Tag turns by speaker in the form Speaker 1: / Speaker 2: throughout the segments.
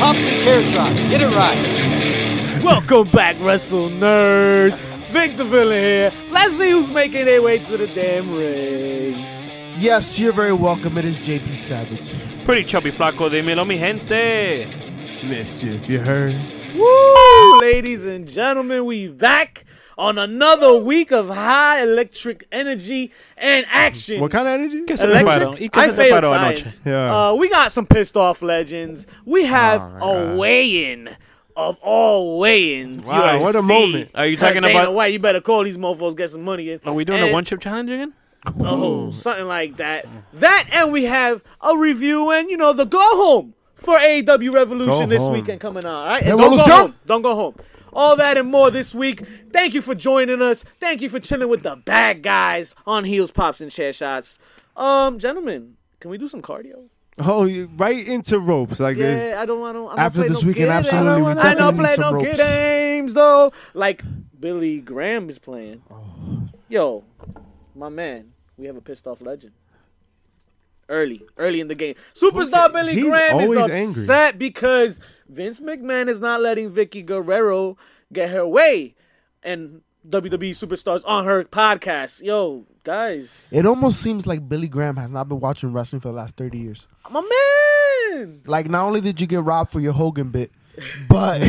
Speaker 1: off the chair shot. Get it right.
Speaker 2: Welcome back, Wrestle Nerds. Victor Villa here. Let's see who's making their way to the damn ring.
Speaker 3: Yes, you're very welcome. It is JP Savage.
Speaker 4: Pretty chubby flaco de Milo, mi gente.
Speaker 3: Mischief, you heard?
Speaker 2: Woo! Ladies and gentlemen, we back on another week of high electric energy and action.
Speaker 3: What kind of energy?
Speaker 4: ¿Qué se te paró? ¿Y
Speaker 2: Electric,
Speaker 4: qué
Speaker 2: I
Speaker 4: se te
Speaker 2: failed
Speaker 4: paró anoche?
Speaker 2: science.
Speaker 3: Yeah. Oh,
Speaker 2: Uh, we got some pissed off legends. We have a weigh-in of all weigh-ins. you
Speaker 3: Wow,
Speaker 2: ever
Speaker 3: what a
Speaker 2: see.
Speaker 3: moment.
Speaker 4: Are you
Speaker 2: Cut
Speaker 4: talking
Speaker 2: Dana
Speaker 4: about-
Speaker 2: White, you better call these mofos, get some money in.
Speaker 4: Are we doing
Speaker 2: And-
Speaker 4: a one chip challenge again?
Speaker 2: Oh, something like that. That, and we have a review and, you know, the go home for AEW Revolution
Speaker 3: Go
Speaker 2: this
Speaker 3: home.
Speaker 2: weekend coming on. All right? And don't go
Speaker 3: Revolution!
Speaker 2: home. Don't go home. All that and more this week. Thank you for joining us. Thank you for chilling with the bad guys on Heels, Pops, and Chair Shots. Um, gentlemen, can we do some cardio?
Speaker 3: Oh, you right into ropes like this.
Speaker 2: Yeah, I don't want to.
Speaker 3: After this weekend, absolutely,
Speaker 2: I
Speaker 3: we
Speaker 2: don't, wanna- I don't
Speaker 3: definitely
Speaker 2: play
Speaker 3: need
Speaker 2: no
Speaker 3: some ropes.
Speaker 2: games though. Like Billy Graham is playing.
Speaker 3: Oh.
Speaker 2: Yo, my man, we have a pissed off legend. Early, early in the game, superstar Billy
Speaker 3: he's
Speaker 2: Graham is
Speaker 3: always
Speaker 2: upset because Vince McMahon is not letting Vicky Guerrero get her way, and WWE superstars on her podcast. Yo, guys,
Speaker 3: It almost seems like Billy Graham has not been watching wrestling for the last 30 years.
Speaker 2: my man.
Speaker 3: Like, not only did you get robbed for your Hogan bit, but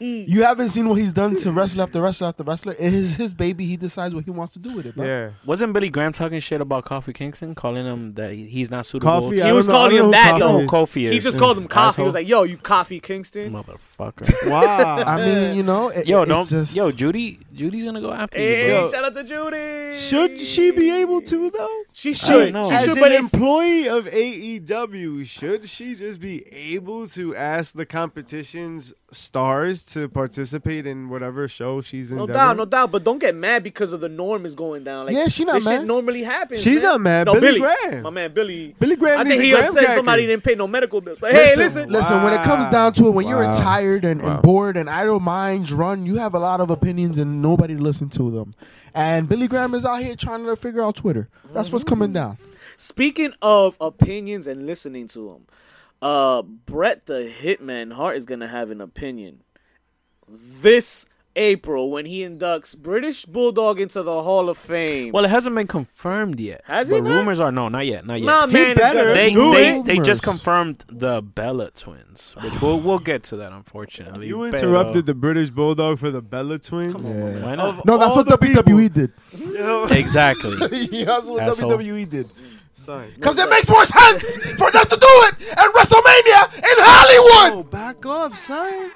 Speaker 3: you haven't seen what he's done to wrestler after wrestler after wrestler. It is his baby. He decides what he wants to do with it. Bro.
Speaker 5: Yeah.
Speaker 4: Wasn't Billy Graham talking shit about Kofi Kingston, calling him that he- he's not suitable?
Speaker 3: Coffee.
Speaker 4: to-
Speaker 2: He was calling him that,
Speaker 4: no,
Speaker 2: though.
Speaker 4: Kofi is.
Speaker 2: He just called him coffee. He was
Speaker 4: Asshole.
Speaker 2: like, "Yo, you coffee Kingston."
Speaker 4: motherfucker.
Speaker 5: Wow.
Speaker 3: I mean, you know, it,
Speaker 4: Yo,
Speaker 3: it-
Speaker 4: don't.
Speaker 3: it's just,
Speaker 4: Yo, Judy. Judy's gonna go after
Speaker 2: Hey,
Speaker 4: you, bro.
Speaker 2: shout out to Judy.
Speaker 5: Should she be able to though?
Speaker 2: She
Speaker 4: don't
Speaker 2: should.
Speaker 4: know.
Speaker 2: She
Speaker 5: As
Speaker 2: should,
Speaker 5: an
Speaker 2: but it's,
Speaker 5: employee of AEW, should she just be able to ask the competition's stars to participate in whatever show she's in?
Speaker 2: no doubt, no doubt. But don't get mad because of the norm is going down. Like,
Speaker 3: Yeah, she not
Speaker 2: this Shit
Speaker 3: mad.
Speaker 2: normally happens.
Speaker 5: She's
Speaker 2: man.
Speaker 5: not mad.
Speaker 2: No,
Speaker 5: Billy
Speaker 2: Billy,
Speaker 5: Graham.
Speaker 2: my man Billy.
Speaker 5: Billy Graham
Speaker 2: I
Speaker 5: is
Speaker 2: think
Speaker 5: a
Speaker 2: he
Speaker 5: Graham
Speaker 2: upset
Speaker 5: cracker.
Speaker 2: somebody didn't pay no medical bills. But hey, listen.
Speaker 3: Listen, when it comes
Speaker 5: Wow.
Speaker 3: down to it, when you're
Speaker 5: Wow.
Speaker 3: tired and,
Speaker 5: Wow.
Speaker 3: and bored and idle minds run, you have a lot of opinions and nobody listens to them. And Billy Graham is out here trying to figure out Twitter. That's what's coming down.
Speaker 2: Speaking of opinions and listening to them, uh, Brett the Hitman Hart is gonna have an opinion this April when he inducts British Bulldog into the Hall of Fame.
Speaker 4: Well, it hasn't been confirmed yet.
Speaker 2: Has
Speaker 4: but
Speaker 2: it not?
Speaker 4: rumors are no, not yet, not yet.
Speaker 2: my
Speaker 5: He
Speaker 2: man is
Speaker 5: better
Speaker 2: gonna
Speaker 4: they,
Speaker 2: do
Speaker 4: they,
Speaker 2: it.
Speaker 4: they just
Speaker 3: Rumors.
Speaker 4: confirmed the Bella twins, which we'll we'll get to that unfortunately.
Speaker 5: You
Speaker 4: Pero-
Speaker 5: interrupted the British Bulldog for the Bella Twins.
Speaker 4: Why
Speaker 5: Of
Speaker 4: not?
Speaker 3: No, that's
Speaker 5: all
Speaker 3: what
Speaker 5: the
Speaker 3: WWE did.
Speaker 5: people-
Speaker 4: Exactly.
Speaker 3: Yeah, that's what
Speaker 4: Asshole.
Speaker 3: WWE did.
Speaker 5: Sorry.
Speaker 3: Because it makes more sense for them to do it at WrestleMania in Hollywood.
Speaker 5: Oh, back off, son.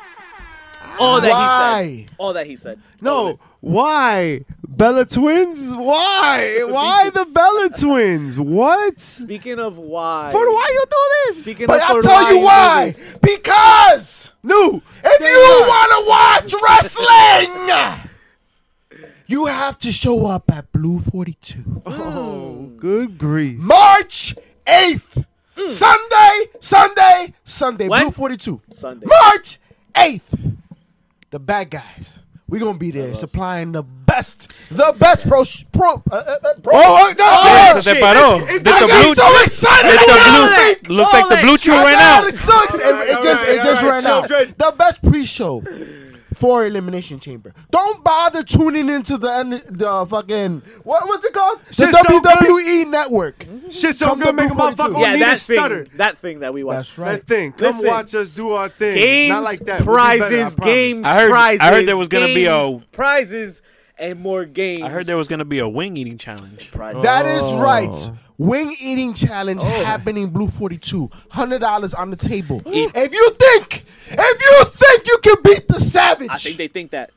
Speaker 2: All that he
Speaker 3: Why?
Speaker 2: said. All that he said. All of
Speaker 5: No,
Speaker 2: it.
Speaker 5: why Bella Twins? Why? Why the Bella Twins? What?
Speaker 2: Speaking of why.
Speaker 5: For why you do this?
Speaker 2: Speaking
Speaker 3: But
Speaker 2: of
Speaker 3: I'll
Speaker 2: for
Speaker 3: tell you
Speaker 2: why
Speaker 3: why.
Speaker 2: do this,
Speaker 3: Because
Speaker 5: No.
Speaker 3: if you want to watch wrestling, you have to show up at Blue 42.
Speaker 5: Oh, good grief.
Speaker 3: March 8th. Sunday, Sunday, Sunday.
Speaker 2: When?
Speaker 3: Blue 42.
Speaker 2: Sunday.
Speaker 3: March 8th. The bad guys. we going to be there supplying the best, the best pro. sh- pro, uh, uh, uh, pro oh,
Speaker 4: Se
Speaker 2: shit.
Speaker 4: te paró. Did
Speaker 3: I
Speaker 4: the
Speaker 3: got
Speaker 4: blue?
Speaker 3: so excited.
Speaker 4: did
Speaker 3: I got
Speaker 4: the
Speaker 3: sick.
Speaker 4: blue? Looks
Speaker 2: All
Speaker 4: like the
Speaker 2: that
Speaker 4: blue
Speaker 2: shit.
Speaker 4: chew
Speaker 3: I
Speaker 4: right
Speaker 3: got
Speaker 4: now.
Speaker 3: It sucks. It, it
Speaker 5: All
Speaker 3: just,
Speaker 5: right,
Speaker 3: it just
Speaker 5: all
Speaker 3: ran
Speaker 5: right,
Speaker 3: out.
Speaker 5: children.
Speaker 3: The best pre-show for Elimination Chamber. Don't bother tuning into the N- the fucking what what's it called? The
Speaker 5: Shit's so good.
Speaker 3: WWE Network.
Speaker 5: Shit, so
Speaker 3: Come
Speaker 5: good,
Speaker 3: to
Speaker 5: make a
Speaker 3: Blue 42.
Speaker 5: motherfucker
Speaker 2: Yeah,
Speaker 5: need to
Speaker 2: that
Speaker 5: stutter.
Speaker 2: thing, that thing that we watched.
Speaker 3: That's right.
Speaker 5: That thing. Come
Speaker 2: Listen.
Speaker 5: watch us do our thing.
Speaker 2: Games,
Speaker 5: Not like that. We'll do better, I
Speaker 2: prizes,
Speaker 5: promise.
Speaker 2: games,
Speaker 4: I heard-
Speaker 2: prizes.
Speaker 4: I heard there was gonna be a-
Speaker 2: games, prizes and more games.
Speaker 4: I heard there was gonna be a wing eating challenge.
Speaker 2: prizes.
Speaker 3: That is right. Wing eating challenge happening Blue 42. $100 on the table.
Speaker 4: Eat.
Speaker 3: If you think, if you think you can beat the Savage,
Speaker 2: I think they think that.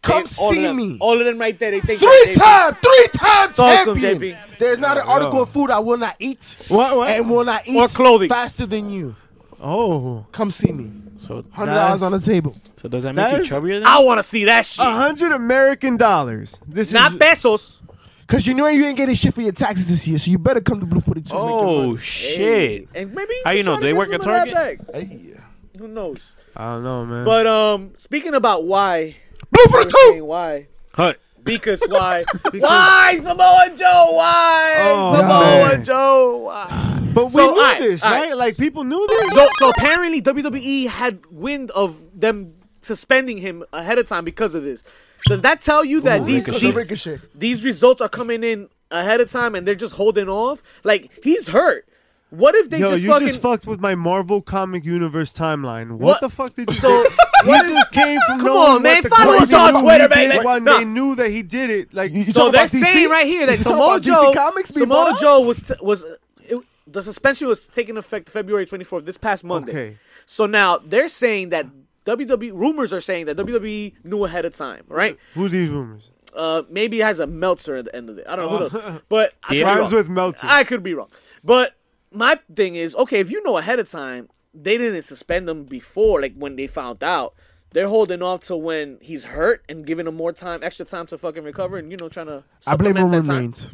Speaker 3: come
Speaker 2: They- all of
Speaker 3: see
Speaker 2: them-
Speaker 3: me.
Speaker 2: All of them right there. They think that.
Speaker 3: Three
Speaker 2: They-
Speaker 3: time, three time
Speaker 2: Talk to him,
Speaker 3: champion.
Speaker 2: JP.
Speaker 3: There's not an article of food I will not eat.
Speaker 5: What, what?
Speaker 3: And will not eat
Speaker 2: Or clothing.
Speaker 3: faster than you.
Speaker 5: Oh.
Speaker 3: Come see me.
Speaker 4: So,
Speaker 3: Hundred dollars on the table.
Speaker 4: so does that make you
Speaker 5: That's-
Speaker 4: chubbier? Then?
Speaker 2: I want to see that shit.
Speaker 5: A hundred American dollars. Uh-huh. This
Speaker 2: Not
Speaker 5: is
Speaker 2: pesos.
Speaker 3: Cause you know you ain't getting shit for your taxes this year, so you better come to Blue Forty Two.
Speaker 4: Oh
Speaker 2: Hey,
Speaker 4: shit!
Speaker 2: And maybe
Speaker 4: How you
Speaker 2: can
Speaker 4: know?
Speaker 2: try to
Speaker 4: They
Speaker 2: get
Speaker 4: work at
Speaker 2: some of that
Speaker 4: Target?
Speaker 2: back. Who knows?
Speaker 5: I don't know, man.
Speaker 2: But um, speaking about why,
Speaker 3: Blue Forty
Speaker 2: saying
Speaker 3: Two.
Speaker 2: why,
Speaker 4: Hut.
Speaker 2: because why, why Samoa Joe, why
Speaker 5: Oh,
Speaker 2: Samoa
Speaker 5: man.
Speaker 2: Joe, why?
Speaker 5: But we
Speaker 2: So,
Speaker 5: knew
Speaker 2: alright,
Speaker 5: this,
Speaker 2: alright.
Speaker 5: right? Like people knew this.
Speaker 2: So, so apparently WWE had wind of them suspending him ahead of time because of this. Does that tell you that these
Speaker 3: Ricochet.
Speaker 2: these,
Speaker 3: Ricochet.
Speaker 2: these results are coming in ahead of time and they're just holding off? Like he's hurt. What if they
Speaker 5: Yo,
Speaker 2: just
Speaker 5: you
Speaker 2: fucking
Speaker 5: just fucked with my Marvel comic universe timeline. What,
Speaker 2: What-
Speaker 5: the fuck did you?
Speaker 2: So-
Speaker 5: do? he just came from
Speaker 2: Come
Speaker 5: knowing
Speaker 2: on,
Speaker 5: what
Speaker 2: man,
Speaker 5: the
Speaker 2: follow
Speaker 5: comic
Speaker 2: us on
Speaker 5: knew he
Speaker 2: Twitter,
Speaker 5: did
Speaker 2: man. Like,
Speaker 5: When
Speaker 2: no.
Speaker 5: they knew that he did it, like
Speaker 3: You- you
Speaker 2: So
Speaker 3: talking
Speaker 2: they're
Speaker 3: about DC?
Speaker 2: saying right here that
Speaker 3: You talking about
Speaker 2: Samoa Joe,
Speaker 3: DC Comics being
Speaker 2: Samoa
Speaker 3: brought up?
Speaker 2: Joe was t- was it, the suspension was taking effect February 24th, this past Monday.
Speaker 5: Okay.
Speaker 2: So now they're saying that WWE rumors are saying that WWE knew ahead of time, right?
Speaker 5: who's these rumors?
Speaker 2: Uh, maybe it has a Meltzer at the end of it. I don't know who
Speaker 3: Oh.
Speaker 2: knows, but I could be
Speaker 5: Rhymes
Speaker 2: wrong.
Speaker 5: with Meltzer.
Speaker 2: I could be wrong. But my thing is, okay, if you know ahead of time, they didn't suspend him before, like when they found out. They're holding off to when he's hurt and giving him more time, extra time to fucking recover, and you know, trying to.
Speaker 3: I blame
Speaker 2: supplement that
Speaker 3: Roman
Speaker 2: time.
Speaker 3: Reigns.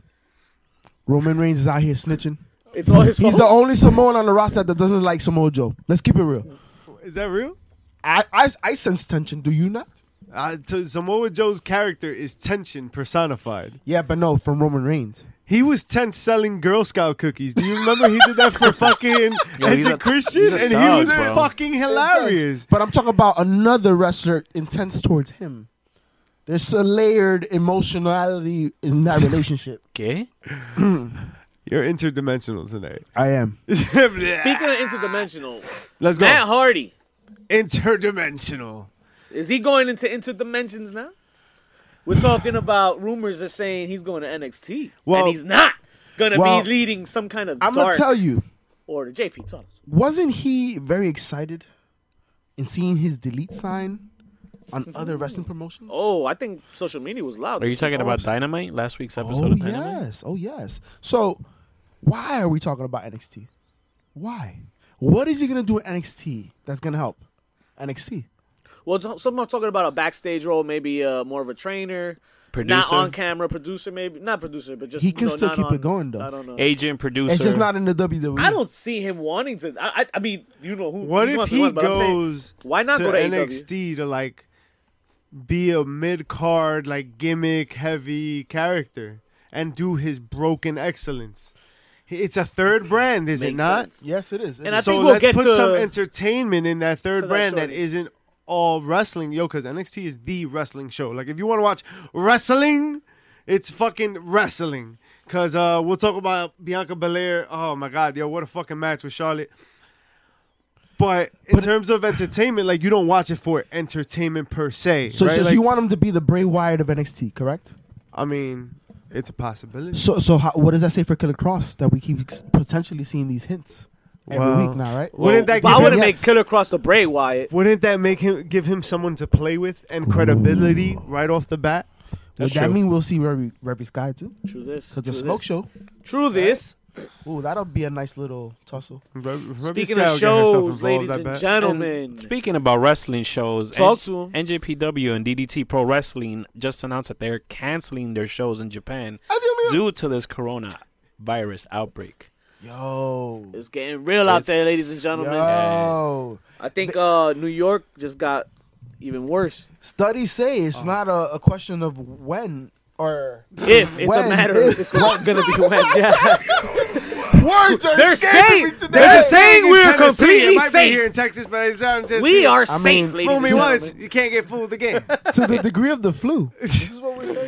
Speaker 3: Roman Reigns is out here snitching.
Speaker 2: It's all his
Speaker 3: He's the
Speaker 2: fault.
Speaker 3: only Samoan on the roster that doesn't like Samoa Joe. Let's keep it real.
Speaker 5: Is that real?
Speaker 3: I, I, I sense tension. Do you not?
Speaker 5: Uh, so Samoa Joe's character is tension personified.
Speaker 3: Yeah, but no, from Roman Reigns.
Speaker 5: He was tense selling Girl Scout cookies. Do you remember he did that for fucking
Speaker 4: he's
Speaker 5: Edge
Speaker 4: a-
Speaker 5: of Christian,
Speaker 4: he's a
Speaker 5: and he
Speaker 4: thug,
Speaker 5: was
Speaker 4: bro.
Speaker 5: fucking hilarious.
Speaker 3: But I'm talking about another wrestler intense towards him. There's a layered emotionality in that relationship.
Speaker 4: Okay.
Speaker 5: You're interdimensional tonight.
Speaker 3: I am.
Speaker 2: Speaking of interdimensional,
Speaker 5: Let's go.
Speaker 2: Matt Hardy
Speaker 5: Interdimensional.
Speaker 2: is he going into interdimensions now? We're talking about rumors are saying he's going to NXT,
Speaker 5: Well-
Speaker 2: and he's not gonna
Speaker 3: well,
Speaker 2: be leading some kind of
Speaker 3: I'm
Speaker 2: dark
Speaker 3: gonna tell you,
Speaker 2: order. JP, talk.
Speaker 3: wasn't he very excited in seeing his delete sign on other wrestling promotions?
Speaker 2: Oh, I think social media was loud.
Speaker 4: Are you talking about Dynamite? Last week's episode
Speaker 3: Oh
Speaker 4: of Dynamite?
Speaker 3: yes, oh yes. So, why are we talking about NXT? Why? What is he gonna do at NXT that's gonna help NXT?
Speaker 2: Well, t- someone talking about a backstage role, maybe uh, more of a trainer, not
Speaker 4: Producer?
Speaker 2: on camera, producer, maybe not producer, but just
Speaker 3: He can
Speaker 2: you know,
Speaker 3: still
Speaker 2: not
Speaker 3: keep it
Speaker 2: on-
Speaker 3: going, though.
Speaker 2: I don't know.
Speaker 4: Agent, producer.
Speaker 3: It's just not in the E. WWE.
Speaker 2: I don't see him wanting to. I, I, I mean, you know who?
Speaker 5: What
Speaker 2: who
Speaker 5: if
Speaker 2: wants to
Speaker 5: he
Speaker 2: watch, but I'm saying,
Speaker 5: goes
Speaker 2: why not
Speaker 5: to
Speaker 2: go to AEW?
Speaker 5: NXT to like be a mid card, like gimmick heavy character and do his broken excellence? He- It's a third brand, is it
Speaker 2: Makes
Speaker 5: not?
Speaker 2: sense.
Speaker 3: Yes, it is. It
Speaker 2: And I
Speaker 3: is.
Speaker 5: So
Speaker 2: think we'll
Speaker 5: let's
Speaker 2: get
Speaker 5: put
Speaker 2: to-
Speaker 5: some entertainment in that third
Speaker 2: to that
Speaker 5: brand that
Speaker 2: shortly.
Speaker 5: isn't all wrestling, yo. Because NXT is the wrestling show. Like if you want to watch wrestling, it's fucking wrestling. Cause uh, we'll talk about Bianca Belair. Oh my god, yo, what a fucking match with Charlotte. But in terms of entertainment, like you don't watch it for entertainment per se.
Speaker 3: so,
Speaker 5: right?
Speaker 3: so, so
Speaker 5: Like,
Speaker 3: you want him to be the Bray Wyatt of NXT, correct?
Speaker 5: I mean, it's a possibility.
Speaker 3: So, so how, what does that say for Killer Cross that we keep s- potentially seeing these hints every
Speaker 5: Wow.
Speaker 3: week now, right?
Speaker 5: Wouldn't that
Speaker 2: But
Speaker 5: give
Speaker 2: I
Speaker 5: him-
Speaker 2: wouldn't make
Speaker 3: vignettes.
Speaker 2: Killer Cross the Bray Wyatt.
Speaker 5: Wouldn't that make him give him someone to play with and credibility right off the bat?
Speaker 3: Would
Speaker 4: That's
Speaker 3: that
Speaker 4: true.
Speaker 3: mean we'll see Ruby, Ruby Sky too?
Speaker 2: True this.
Speaker 3: Because
Speaker 2: true
Speaker 3: the smoke
Speaker 2: this.
Speaker 3: show.
Speaker 2: True this.
Speaker 3: Ooh, that'll be a nice little tussle.
Speaker 5: Re- Ruby Sky
Speaker 2: Speaking of
Speaker 5: will get herself
Speaker 2: shows,
Speaker 5: involved,
Speaker 2: ladies
Speaker 5: I
Speaker 2: and
Speaker 5: bet.
Speaker 4: And
Speaker 2: gentlemen,
Speaker 4: speaking about wrestling shows,
Speaker 2: Talk
Speaker 4: N-
Speaker 2: to 'em.
Speaker 4: NJPW and DDT Pro Wrestling just announced that they're canceling their shows in Japan due to this coronavirus outbreak.
Speaker 3: Yo.
Speaker 2: it's getting real out there, ladies and gentlemen.
Speaker 3: Yo.
Speaker 2: I think uh, New York just got even worse.
Speaker 3: Studies say it's not a, a question of when or
Speaker 2: If it's
Speaker 3: When?
Speaker 2: a matter of it's what's gonna be when. Yeah.
Speaker 3: words are
Speaker 2: They're
Speaker 3: escaping
Speaker 2: saying-
Speaker 3: me today.
Speaker 2: they're
Speaker 5: There's a
Speaker 2: saying-
Speaker 5: saying
Speaker 2: we're
Speaker 5: in Tennessee.
Speaker 2: completely
Speaker 5: It might
Speaker 2: safe.
Speaker 5: be here in Texas, but it's out in Tennessee.
Speaker 2: We are
Speaker 3: I mean,
Speaker 2: safe, ladies
Speaker 5: Fool
Speaker 2: and
Speaker 5: me
Speaker 2: gentlemen.
Speaker 5: once, you can't get fooled again.
Speaker 3: to the degree of the flu.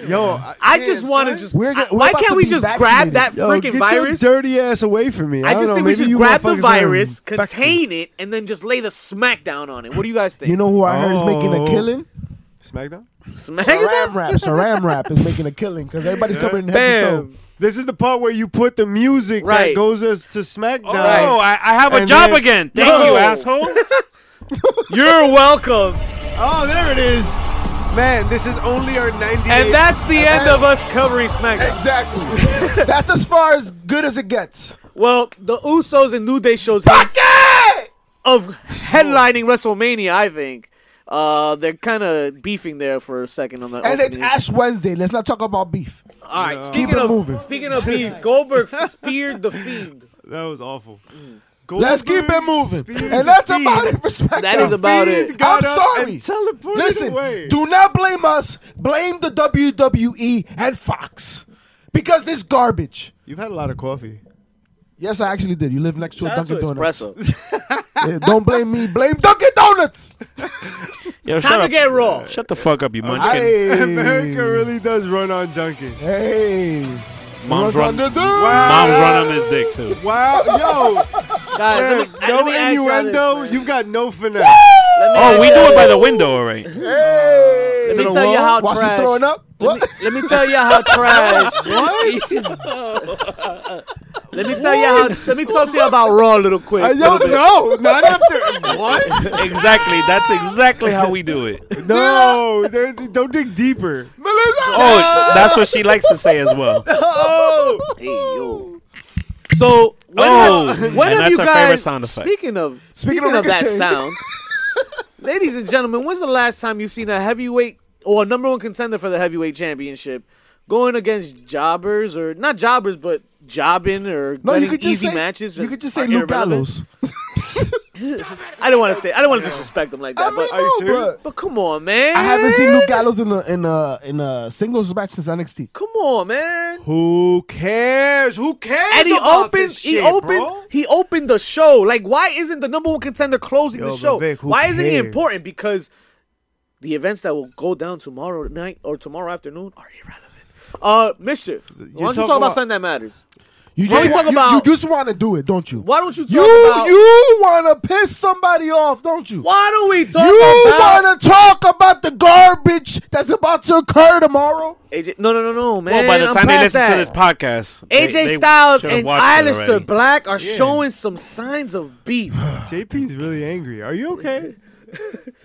Speaker 5: Yo,
Speaker 2: I
Speaker 5: yeah,
Speaker 2: just want to
Speaker 5: son.
Speaker 2: just.
Speaker 3: We're get-
Speaker 2: I-
Speaker 3: we're
Speaker 2: why
Speaker 3: about
Speaker 2: can't
Speaker 3: to
Speaker 2: we
Speaker 3: be
Speaker 2: just grab
Speaker 3: vaccinated.
Speaker 2: that
Speaker 5: Yo,
Speaker 2: freaking
Speaker 5: get
Speaker 2: virus?
Speaker 5: your dirty ass away from me. I,
Speaker 2: I
Speaker 5: don't
Speaker 2: just
Speaker 5: know,
Speaker 2: think we
Speaker 5: maybe
Speaker 2: should
Speaker 5: you
Speaker 2: grab the
Speaker 5: motherfuckers are
Speaker 2: virus,
Speaker 5: infected.
Speaker 2: contain it, and then just lay the smack down on it. What do you guys think?
Speaker 3: You know who I heard is making a
Speaker 5: Oh.
Speaker 3: killing?
Speaker 5: SmackDown.
Speaker 2: smack it
Speaker 3: Ram
Speaker 2: down.
Speaker 3: Rap. So Ram Rap is making a killing because everybody's covering head to toe.
Speaker 2: Bam.
Speaker 5: This is the part where you put the music
Speaker 2: Right.
Speaker 5: that goes us to SmackDown.
Speaker 4: Oh, I, I have a
Speaker 5: And
Speaker 4: job
Speaker 5: then-
Speaker 4: again. Thank
Speaker 2: No.
Speaker 4: you, asshole.
Speaker 2: You're welcome.
Speaker 5: Oh, there it is. Man, this is only our 98.
Speaker 2: And that's the end of us covering SmackDown.
Speaker 3: Exactly. That's as far as good as it gets.
Speaker 2: Well, the Usos and New Day shows hints of headlining WrestleMania. I think uh, they're kind of beefing there for a second on the.
Speaker 3: And it's
Speaker 2: opening.
Speaker 3: Ash Wednesday. Let's not talk about beef.
Speaker 2: All right,
Speaker 3: Keep
Speaker 2: speaking
Speaker 3: it
Speaker 2: of
Speaker 3: moving.
Speaker 2: speaking of beef, Goldberg speared the fiend.
Speaker 5: That was awful.
Speaker 2: Mm.
Speaker 3: Let's keep it
Speaker 5: Goldberg
Speaker 3: moving.
Speaker 5: speared
Speaker 3: And that's
Speaker 5: the
Speaker 3: about
Speaker 5: Fiend.
Speaker 3: it for SmackDown.
Speaker 2: That is about it.
Speaker 5: Fiend got
Speaker 3: I'm
Speaker 5: up
Speaker 3: sorry.
Speaker 5: and teleported
Speaker 3: Listen,
Speaker 5: away.
Speaker 3: do not blame us. Blame the WWE and Fox because this garbage.
Speaker 5: You've had a lot of coffee.
Speaker 3: Yes, I actually did. You live next to
Speaker 2: Shout
Speaker 3: a
Speaker 2: out to
Speaker 3: Dunkin' Donuts.
Speaker 2: Espresso.
Speaker 3: Yeah, don't blame me. Blame Dunkin' Donuts.
Speaker 4: Yo, shut
Speaker 2: Time to
Speaker 4: up.
Speaker 2: get raw.
Speaker 4: Shut the fuck up, you munchkin.
Speaker 3: Hey,
Speaker 5: America
Speaker 2: Mm.
Speaker 5: really does run on Dunkin'.
Speaker 3: Hey,
Speaker 4: Mom's
Speaker 3: What's
Speaker 4: run.
Speaker 3: on the
Speaker 4: Mom's
Speaker 3: dude?
Speaker 4: run on his dick too.
Speaker 5: Wow, yo, man,
Speaker 2: Guys, let me, let
Speaker 5: no
Speaker 2: me ask y'all this,
Speaker 5: innuendo.
Speaker 2: man.
Speaker 5: You've got no finesse.
Speaker 2: Let me
Speaker 4: Oh,
Speaker 2: ask
Speaker 4: we
Speaker 2: y'all
Speaker 4: do it
Speaker 2: this.
Speaker 4: by the window, all right.
Speaker 3: Hey.
Speaker 2: Let me
Speaker 5: the
Speaker 2: tell you
Speaker 5: wall.
Speaker 2: how
Speaker 3: While
Speaker 2: trash.
Speaker 3: she's throwing up, what?
Speaker 2: Let me tell you how trash. Let me tell you how. Let me talk to you about Raw a little quick.
Speaker 5: I don't know. Not after what?
Speaker 4: Exactly. That's exactly how we do it.
Speaker 5: No, they're- don't dig deeper.
Speaker 4: Oh, that's what she likes to say as well.
Speaker 5: Oh,
Speaker 2: Hey, yo. So when
Speaker 4: Oh,
Speaker 2: have, when
Speaker 4: and
Speaker 2: have
Speaker 4: that's
Speaker 2: you
Speaker 4: our favorite
Speaker 2: guys?
Speaker 4: sound effect.
Speaker 2: Speaking of
Speaker 3: Speaking
Speaker 2: speaking,
Speaker 3: of
Speaker 2: of, that
Speaker 3: Ricochet.
Speaker 2: sound, ladies and gentlemen, when's the last time you've seen a heavyweight or a number one contender for the heavyweight championship going against jobbers or not jobbers but jobbing or
Speaker 3: No, you
Speaker 2: letting
Speaker 3: could just
Speaker 2: easy
Speaker 3: say
Speaker 2: matches?
Speaker 3: you
Speaker 2: that
Speaker 3: could just
Speaker 2: are
Speaker 3: say Luke
Speaker 2: irrelevant?
Speaker 3: Gallows.
Speaker 2: I don't want to say. I don't want to disrespect them like that. but
Speaker 5: Are you serious?
Speaker 3: but
Speaker 2: but come on, man.
Speaker 3: I haven't seen Luke Gallows in a in a in a singles match since NXT.
Speaker 2: Come on, man.
Speaker 5: who cares? Who cares?
Speaker 2: and he
Speaker 5: about
Speaker 2: opened
Speaker 5: this
Speaker 2: he
Speaker 5: shit,
Speaker 2: opened
Speaker 5: bro?
Speaker 2: he opened the show. Like why isn't the number one contender closing
Speaker 5: Yo,
Speaker 2: the
Speaker 5: but
Speaker 2: show?
Speaker 5: Vic, who
Speaker 2: why isn't he
Speaker 5: cares?
Speaker 2: important? Because the events that will go down tomorrow night or tomorrow afternoon are irrelevant. Uh mischief. Why don't you
Speaker 5: talk
Speaker 2: talk about,
Speaker 5: about-
Speaker 2: something that matters?
Speaker 3: You
Speaker 2: What
Speaker 3: just,
Speaker 2: we
Speaker 3: wa-
Speaker 2: talking
Speaker 3: you-
Speaker 2: about?
Speaker 3: you just want to do it, don't you?
Speaker 2: Why don't you talk
Speaker 3: you
Speaker 2: about
Speaker 3: you want to piss somebody off, don't you?
Speaker 2: why don't we talk
Speaker 3: You
Speaker 2: about
Speaker 3: want to talk about the garbage that's about to occur tomorrow?
Speaker 2: AJ No no no no man.
Speaker 4: Well, Oh, by the
Speaker 2: I'm
Speaker 4: time they
Speaker 2: past
Speaker 4: listen to
Speaker 2: that.
Speaker 4: this podcast, they-
Speaker 2: AJ
Speaker 4: they
Speaker 2: Styles
Speaker 4: should've
Speaker 2: and
Speaker 4: watched it
Speaker 2: Alistair
Speaker 4: already.
Speaker 2: Black are showing some signs of beef.
Speaker 5: JP's really angry. Are you okay?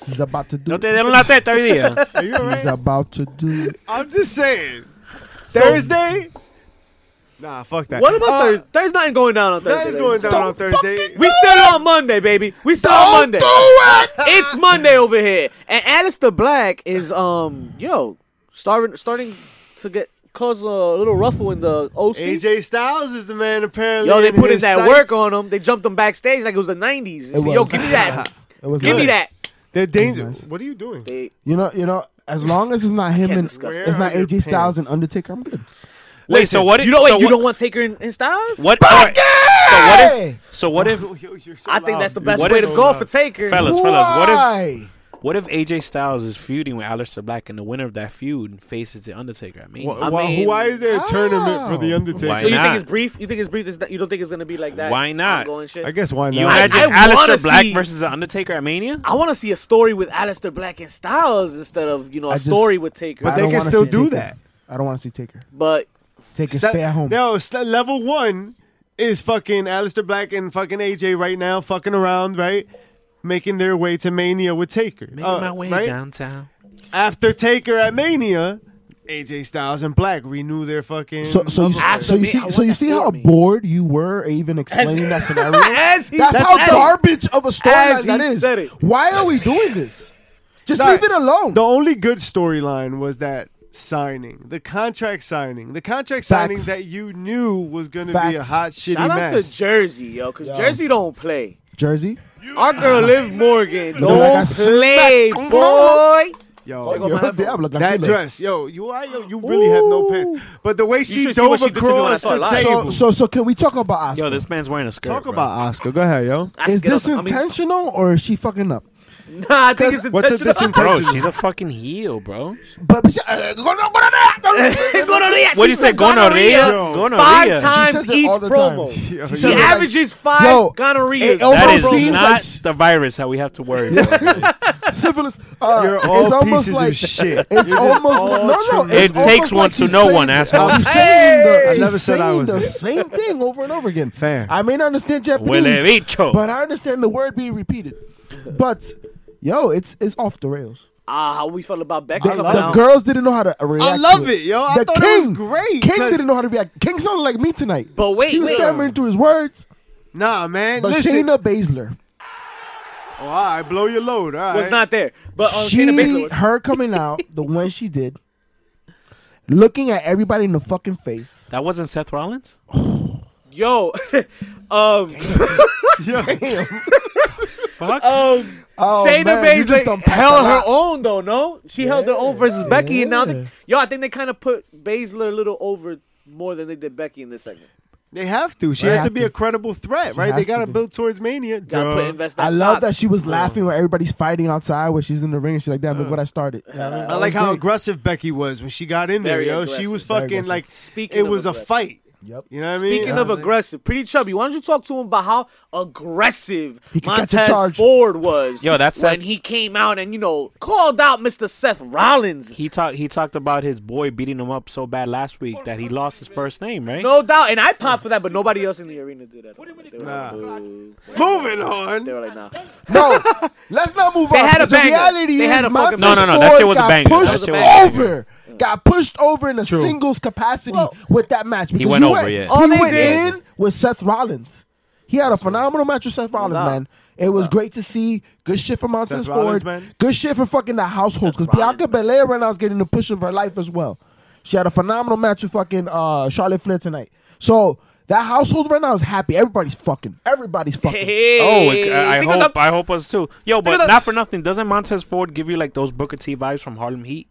Speaker 3: He's about to do.
Speaker 4: No te
Speaker 3: it.
Speaker 4: dieron la teta hoy día.
Speaker 5: Are you
Speaker 3: He's
Speaker 5: alright?
Speaker 3: about to do. it.
Speaker 5: I'm just saying. Thursday. Nah, fuck that.
Speaker 2: What about
Speaker 5: Uh,
Speaker 2: Thursday? There's nothing going down on Thursday.
Speaker 5: That is
Speaker 2: baby.
Speaker 5: going down on Thursday.
Speaker 2: We still on Monday, baby. We still on Monday.
Speaker 3: Don't do it.
Speaker 2: It's Monday over here, and Alistair Black is um yo starting starting to get cause a little ruffle in the OC.
Speaker 5: AJ Styles is the man apparently.
Speaker 2: yo, they put in
Speaker 5: his
Speaker 2: that
Speaker 5: sights.
Speaker 2: work on him. They jumped him backstage like it was the '90s.
Speaker 3: It
Speaker 2: Yo,
Speaker 3: was.
Speaker 2: give me that.
Speaker 3: It was
Speaker 2: give me
Speaker 3: nice.
Speaker 2: that.
Speaker 5: They're dangerous.
Speaker 3: Nice.
Speaker 5: What are you doing?
Speaker 2: They,
Speaker 3: You know, you know. As long as it's not him
Speaker 2: can't
Speaker 3: and it's
Speaker 2: discuss
Speaker 5: that.
Speaker 3: not
Speaker 5: Where are your
Speaker 3: AJ Styles and
Speaker 5: pants?
Speaker 3: Undertaker, I'm good.
Speaker 4: Wait, so what?
Speaker 2: you know what?
Speaker 4: so
Speaker 2: Oh, you don't want Taker in, in Styles?
Speaker 4: What? all right, So what if? So what if?
Speaker 5: Yo, yo, you're so
Speaker 2: I think
Speaker 5: loud,
Speaker 2: that's the
Speaker 5: dude.
Speaker 2: best
Speaker 4: What
Speaker 2: way
Speaker 4: is-
Speaker 2: to go for Taker.
Speaker 4: Fellas, fellas, what if?
Speaker 3: Why?
Speaker 4: What if AJ Styles is feuding with Aleister Black, and the winner of that feud faces the Undertaker? I mean,
Speaker 5: Why,
Speaker 2: I
Speaker 5: why-
Speaker 2: mean-
Speaker 5: why is there a tournament for the
Speaker 3: Wow.
Speaker 5: Undertaker?
Speaker 4: Why
Speaker 2: So you
Speaker 4: not?
Speaker 2: think it's brief? You think it's brief? It's not- you don't think it's gonna be like that?
Speaker 4: Why not?
Speaker 2: ongoing shit?
Speaker 5: I guess why not?
Speaker 4: you
Speaker 2: I-
Speaker 4: imagine
Speaker 2: I wanna
Speaker 4: Aleister Black
Speaker 2: see-
Speaker 4: versus the Undertaker at Mania?
Speaker 2: I want to see a story with Alistair Black and Styles instead of you know a
Speaker 3: I just-
Speaker 2: story with Taker.
Speaker 5: But
Speaker 3: I
Speaker 5: they
Speaker 3: don't
Speaker 5: can
Speaker 3: wanna
Speaker 5: still
Speaker 3: see
Speaker 5: do
Speaker 3: Taker.
Speaker 5: that.
Speaker 3: I don't want to see Taker.
Speaker 2: but
Speaker 3: Taker,
Speaker 5: Sta-
Speaker 3: stay at home.
Speaker 5: No, sta- level one is fucking Aleister Black and fucking AJ right now, fucking around, right? Making their way to Mania with Taker.
Speaker 4: Making
Speaker 5: Uh,
Speaker 4: my way
Speaker 5: right?
Speaker 4: downtown.
Speaker 5: After Taker at Mania, AJ Styles and Black renew their fucking.
Speaker 3: So, so you,
Speaker 2: After
Speaker 3: so you
Speaker 2: me, I
Speaker 3: see,
Speaker 2: want
Speaker 3: so you
Speaker 2: that
Speaker 3: see
Speaker 2: for
Speaker 3: how
Speaker 2: me.
Speaker 3: bored you were even explaining that scenario.
Speaker 2: as he
Speaker 3: That's,
Speaker 2: said
Speaker 3: how
Speaker 2: it.
Speaker 3: garbage of a
Speaker 2: As
Speaker 3: storyline
Speaker 2: he
Speaker 3: that is.
Speaker 2: said it.
Speaker 3: Why are we doing this? Just
Speaker 5: Nah,
Speaker 3: leave it alone.
Speaker 5: The only good storyline was that signing, the contract signing, the contract signing
Speaker 3: Facts.
Speaker 5: that you knew was going to be a
Speaker 3: Facts.
Speaker 5: hot shitty
Speaker 2: Shout out
Speaker 5: mess.
Speaker 2: to Jersey, yo, because Jersey don't play.
Speaker 3: Jersey.
Speaker 2: Our girl Liv Morgan
Speaker 3: Look like I
Speaker 2: don't play,
Speaker 3: smacked.
Speaker 2: boy.
Speaker 5: Yo,
Speaker 2: Yo, my
Speaker 3: Yo,
Speaker 2: headphones.
Speaker 3: Diablo
Speaker 5: that
Speaker 3: Gantile.
Speaker 5: dress, yo, you are, yo, you really have no pants. But the way she
Speaker 2: should see what
Speaker 5: dove
Speaker 2: she did to me when I
Speaker 5: across
Speaker 2: saw it
Speaker 5: the
Speaker 2: live.
Speaker 5: table.
Speaker 3: So, so, so can we talk about Oscar?
Speaker 4: Yo, this man's wearing a skirt.
Speaker 5: Talk
Speaker 4: bro.
Speaker 5: about Oscar. Go ahead, yo.
Speaker 2: I
Speaker 3: is
Speaker 2: get
Speaker 3: this
Speaker 2: up- I mean,
Speaker 3: intentional or is she fucking up?
Speaker 2: nah, I think it's
Speaker 5: What's a
Speaker 2: intentional.
Speaker 5: disinten-
Speaker 4: Bro,
Speaker 5: Attention.
Speaker 4: she's a fucking heel, bro.
Speaker 3: But, but she, uh, go, no, go, no, no, no.
Speaker 2: Gonorrhea,
Speaker 4: What do you
Speaker 2: she's
Speaker 4: say,
Speaker 2: a gonorrhea?
Speaker 4: gonorrhea?
Speaker 5: Yo.
Speaker 4: Gonorrhea.
Speaker 2: Five times
Speaker 3: says it
Speaker 2: each
Speaker 3: all the
Speaker 2: promo.
Speaker 3: time.
Speaker 5: Yo,
Speaker 3: She
Speaker 2: She
Speaker 5: yo.
Speaker 3: says it like-
Speaker 2: averages five
Speaker 3: Yo,
Speaker 2: gonorrheas.
Speaker 3: it almost
Speaker 4: That is
Speaker 3: Bro, seems
Speaker 4: not
Speaker 3: like sh-
Speaker 4: the virus that we have to worry about.
Speaker 3: syphilis. Uh,
Speaker 5: You're
Speaker 3: it's
Speaker 5: all
Speaker 3: almost
Speaker 5: pieces
Speaker 3: like
Speaker 5: of shit.
Speaker 3: It's
Speaker 5: You're just
Speaker 3: almost
Speaker 5: all
Speaker 3: no, no.
Speaker 5: trash.
Speaker 3: it's
Speaker 4: It takes
Speaker 3: almost
Speaker 4: one
Speaker 3: like
Speaker 4: to
Speaker 3: she's
Speaker 4: know
Speaker 3: saying-
Speaker 4: one, asshole.
Speaker 3: She's saying the,
Speaker 5: I
Speaker 3: she's
Speaker 5: never said I
Speaker 3: saying
Speaker 5: was
Speaker 3: the
Speaker 5: it.
Speaker 3: same thing over and over again.
Speaker 5: Fair.
Speaker 3: I may not understand
Speaker 4: Huele
Speaker 3: Japanese,
Speaker 4: bicho.
Speaker 3: but I understand the word being repeated. But yo, it's it's off the rails.
Speaker 2: Ah, how we felt about Becca
Speaker 3: The,
Speaker 2: coming
Speaker 3: the
Speaker 2: out.
Speaker 3: girls didn't know how to react.
Speaker 5: I
Speaker 3: to
Speaker 5: love it, yo. I
Speaker 3: The
Speaker 5: thought
Speaker 3: King,
Speaker 5: it was great.
Speaker 3: King
Speaker 5: 'cause-
Speaker 3: didn't know how to react. King sounded like me tonight.
Speaker 2: But wait,
Speaker 3: he was
Speaker 2: wait.
Speaker 3: stammering through his words.
Speaker 5: Nah, man.
Speaker 3: But
Speaker 5: listen.
Speaker 3: Shayna Baszler,
Speaker 5: Oh, all right, blow your load. All right.
Speaker 2: was not there. But um, Shayna Baszler
Speaker 3: she
Speaker 2: was.
Speaker 3: her coming out the one she did, looking at everybody in the fucking face.
Speaker 4: that wasn't Seth Rollins?
Speaker 2: Yo, um,
Speaker 5: Yo,
Speaker 4: Fuck.
Speaker 2: um,
Speaker 3: Oh,
Speaker 2: Shayna
Speaker 3: man, you just
Speaker 2: Baszler
Speaker 3: unpacked a
Speaker 2: held her
Speaker 3: lot.
Speaker 2: own though. No, she held her own versus Becky, and now
Speaker 3: yeah.
Speaker 2: they, yo, I think they kind of put Baszler a little over more than they did Becky in this segment.
Speaker 5: They have to. She
Speaker 3: They
Speaker 5: has
Speaker 3: have
Speaker 5: to be
Speaker 3: to.
Speaker 5: a credible threat,
Speaker 3: She
Speaker 5: right? They
Speaker 3: has to
Speaker 5: gotta
Speaker 3: be.
Speaker 5: build towards Mania.
Speaker 2: Gotta put
Speaker 5: Duh.
Speaker 2: invest that
Speaker 3: I love
Speaker 2: stock.
Speaker 3: that she was laughing when everybody's fighting outside when she's in the ring and she's like, damn, look what I started.
Speaker 5: I like how aggressive Becky was when she got in there,
Speaker 2: Very
Speaker 5: yo. She
Speaker 2: aggressive.
Speaker 5: was
Speaker 3: Very
Speaker 5: fucking
Speaker 3: aggressive.
Speaker 5: like
Speaker 2: Speaking
Speaker 5: it
Speaker 2: of
Speaker 5: was a
Speaker 2: aggressive.
Speaker 5: fight.
Speaker 3: Yep.
Speaker 5: You know what I mean?
Speaker 2: Speaking of
Speaker 5: I was like,
Speaker 2: aggressive, pretty chubby. Why don't you talk to him about how aggressive
Speaker 3: He could catch a
Speaker 2: Montez
Speaker 3: charge.
Speaker 2: Ford was?
Speaker 4: Yo, that's
Speaker 2: when
Speaker 4: that-
Speaker 2: he came out and you know called out Mr. Seth Rollins.
Speaker 4: He talked. He talked about his boy beating him up so bad last week that he lost his first name, right?
Speaker 2: No doubt, and I popped for that, but nobody else in the arena did that. They were,
Speaker 5: Nah.
Speaker 2: like, "Boo."
Speaker 5: Moving on.
Speaker 2: they were like, nah.
Speaker 3: No, let's not move
Speaker 2: They
Speaker 3: on.
Speaker 2: had a
Speaker 3: because the
Speaker 2: banger.
Speaker 3: reality
Speaker 2: They
Speaker 3: is
Speaker 2: had a fucking
Speaker 3: Montez
Speaker 2: banger.
Speaker 4: No, no, no, that
Speaker 3: Ford
Speaker 4: shit was a
Speaker 3: got
Speaker 4: banger. That
Speaker 3: pushed
Speaker 2: was a banger.
Speaker 3: over. Got pushed over in a singles capacity with that match. because
Speaker 4: went
Speaker 3: you
Speaker 4: over, yeah.
Speaker 2: All
Speaker 3: He
Speaker 2: they
Speaker 3: went
Speaker 2: did-
Speaker 3: in with Seth Rollins. He had a phenomenal match with Seth Rollins,
Speaker 2: doubt.
Speaker 3: man. It was great to see. Good shit from
Speaker 5: Seth
Speaker 3: Montez Ford.
Speaker 5: Rollins, man.
Speaker 3: Good shit for fucking the households. Because
Speaker 2: Rollins,
Speaker 3: Bianca Belair right now is getting the push of her life as well. She had a phenomenal match with fucking uh, Charlotte Flair tonight. So that household right now is happy. Everybody's fucking. Everybody's fucking.
Speaker 2: Hey,
Speaker 4: Oh, it- I, I
Speaker 2: think of
Speaker 4: hope
Speaker 2: the-
Speaker 4: I hope us too. Yo, but
Speaker 2: of the-
Speaker 4: not for nothing. Doesn't Montez Ford give you like those Booker T vibes from Harlem Heat?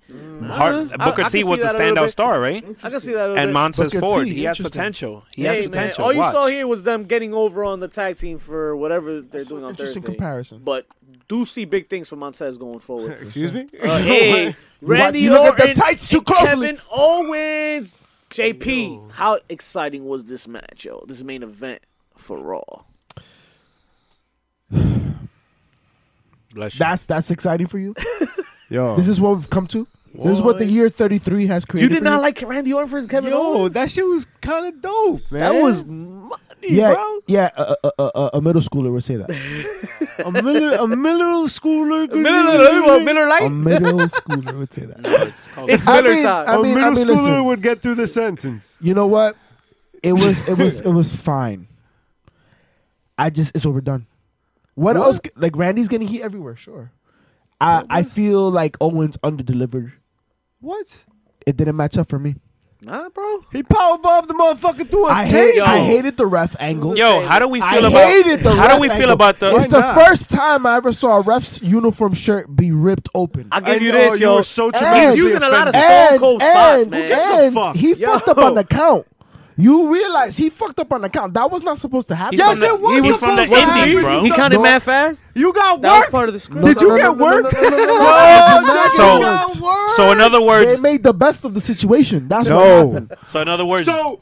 Speaker 4: Har-
Speaker 2: Mm, I-
Speaker 4: Booker
Speaker 2: I
Speaker 4: T
Speaker 2: can
Speaker 4: was
Speaker 2: see
Speaker 4: the
Speaker 2: that a little
Speaker 4: standout
Speaker 2: bit.
Speaker 4: star, right?
Speaker 2: I can see that. a little
Speaker 4: And
Speaker 2: bit.
Speaker 4: Montez
Speaker 3: Booker T,
Speaker 4: Ford, he has
Speaker 3: interesting.
Speaker 4: potential. He
Speaker 2: Hey,
Speaker 4: has
Speaker 2: man,
Speaker 4: potential.
Speaker 2: all you
Speaker 4: Watch.
Speaker 2: saw here was them getting over on the tag team for whatever they're doing on
Speaker 3: interesting
Speaker 2: Thursday.
Speaker 3: comparison.
Speaker 2: But do see big things for Montez going forward.
Speaker 5: Excuse me?
Speaker 2: Uh, hey, Randy
Speaker 3: you look at the
Speaker 2: Orton,
Speaker 3: tights too
Speaker 2: and
Speaker 3: closely.
Speaker 2: Kevin Owens, JP. How exciting was this match, yo? This main event for Raw.
Speaker 4: Bless you.
Speaker 3: That's that's exciting for you.
Speaker 5: Yo.
Speaker 3: This is what we've come to. This is what the
Speaker 5: What?
Speaker 3: year 33 has created.
Speaker 2: Um, You did
Speaker 3: for
Speaker 2: not
Speaker 3: you?
Speaker 2: like Randy Orton versus Kevin
Speaker 5: Yo,
Speaker 2: Owens?
Speaker 5: that shit was kind of dope, man.
Speaker 2: That was money,
Speaker 3: yeah,
Speaker 2: bro.
Speaker 3: yeah. A, a, a- a, a middle schooler would say that.
Speaker 5: a middle, a middle schooler.
Speaker 2: Miller, Miller
Speaker 3: A
Speaker 2: Lite.
Speaker 3: middle schooler would say that.
Speaker 4: It's called-
Speaker 2: It's
Speaker 3: I
Speaker 2: Miller
Speaker 3: mean,
Speaker 2: time.
Speaker 3: I
Speaker 5: a
Speaker 3: mean,
Speaker 5: middle
Speaker 3: I mean,
Speaker 5: schooler
Speaker 3: listen.
Speaker 5: would get through the sentence.
Speaker 3: You know what? It was it was it was fine. I just it's overdone. What, else? Like Randy's getting heat everywhere. Sure. I I feel like Owens underdelivered.
Speaker 5: What?
Speaker 3: It didn't match up for me.
Speaker 2: nah, bro.
Speaker 5: He powerbombed the motherfucker
Speaker 2: Oh,
Speaker 5: through a
Speaker 3: I
Speaker 5: table.
Speaker 3: hate, I
Speaker 2: Yo.
Speaker 3: hated the ref angle.
Speaker 4: Yo, how do we
Speaker 3: I
Speaker 4: feel about?
Speaker 3: hated the
Speaker 4: how do
Speaker 3: ref
Speaker 4: we feel
Speaker 3: angle.
Speaker 4: about the?
Speaker 3: It's
Speaker 5: Why
Speaker 3: the
Speaker 5: not?
Speaker 3: first time I ever saw a ref's uniform shirt be ripped open.
Speaker 2: I'll give
Speaker 5: And,
Speaker 2: you
Speaker 5: oh,
Speaker 2: this,
Speaker 5: you
Speaker 2: yo.
Speaker 5: were so
Speaker 2: He's
Speaker 5: tremendously
Speaker 2: using a lot of
Speaker 5: offended.
Speaker 2: Stone Cold spots,
Speaker 3: and,
Speaker 2: man.
Speaker 5: gives a
Speaker 3: and
Speaker 5: fuck?
Speaker 3: he
Speaker 2: Yo.
Speaker 3: fucked up on the count. You realize he fucked up on the count. That was not supposed to happen.
Speaker 4: He's
Speaker 5: Yes,
Speaker 4: from
Speaker 5: it
Speaker 4: the-
Speaker 5: was
Speaker 4: he was from the
Speaker 5: supposed to
Speaker 4: Indies,
Speaker 5: happen.
Speaker 4: bro.
Speaker 2: He counted
Speaker 3: No.
Speaker 2: mad fast.
Speaker 5: You got
Speaker 2: That was
Speaker 5: worked.
Speaker 2: part of the script.
Speaker 5: Did you get worked? Oh, Jack,
Speaker 3: Did not
Speaker 5: you
Speaker 3: get
Speaker 4: So-
Speaker 5: got worked.
Speaker 4: So in other
Speaker 3: They
Speaker 4: words,
Speaker 3: made the best of the situation. That's what
Speaker 5: No.
Speaker 3: happened.
Speaker 4: so in other words,
Speaker 5: So,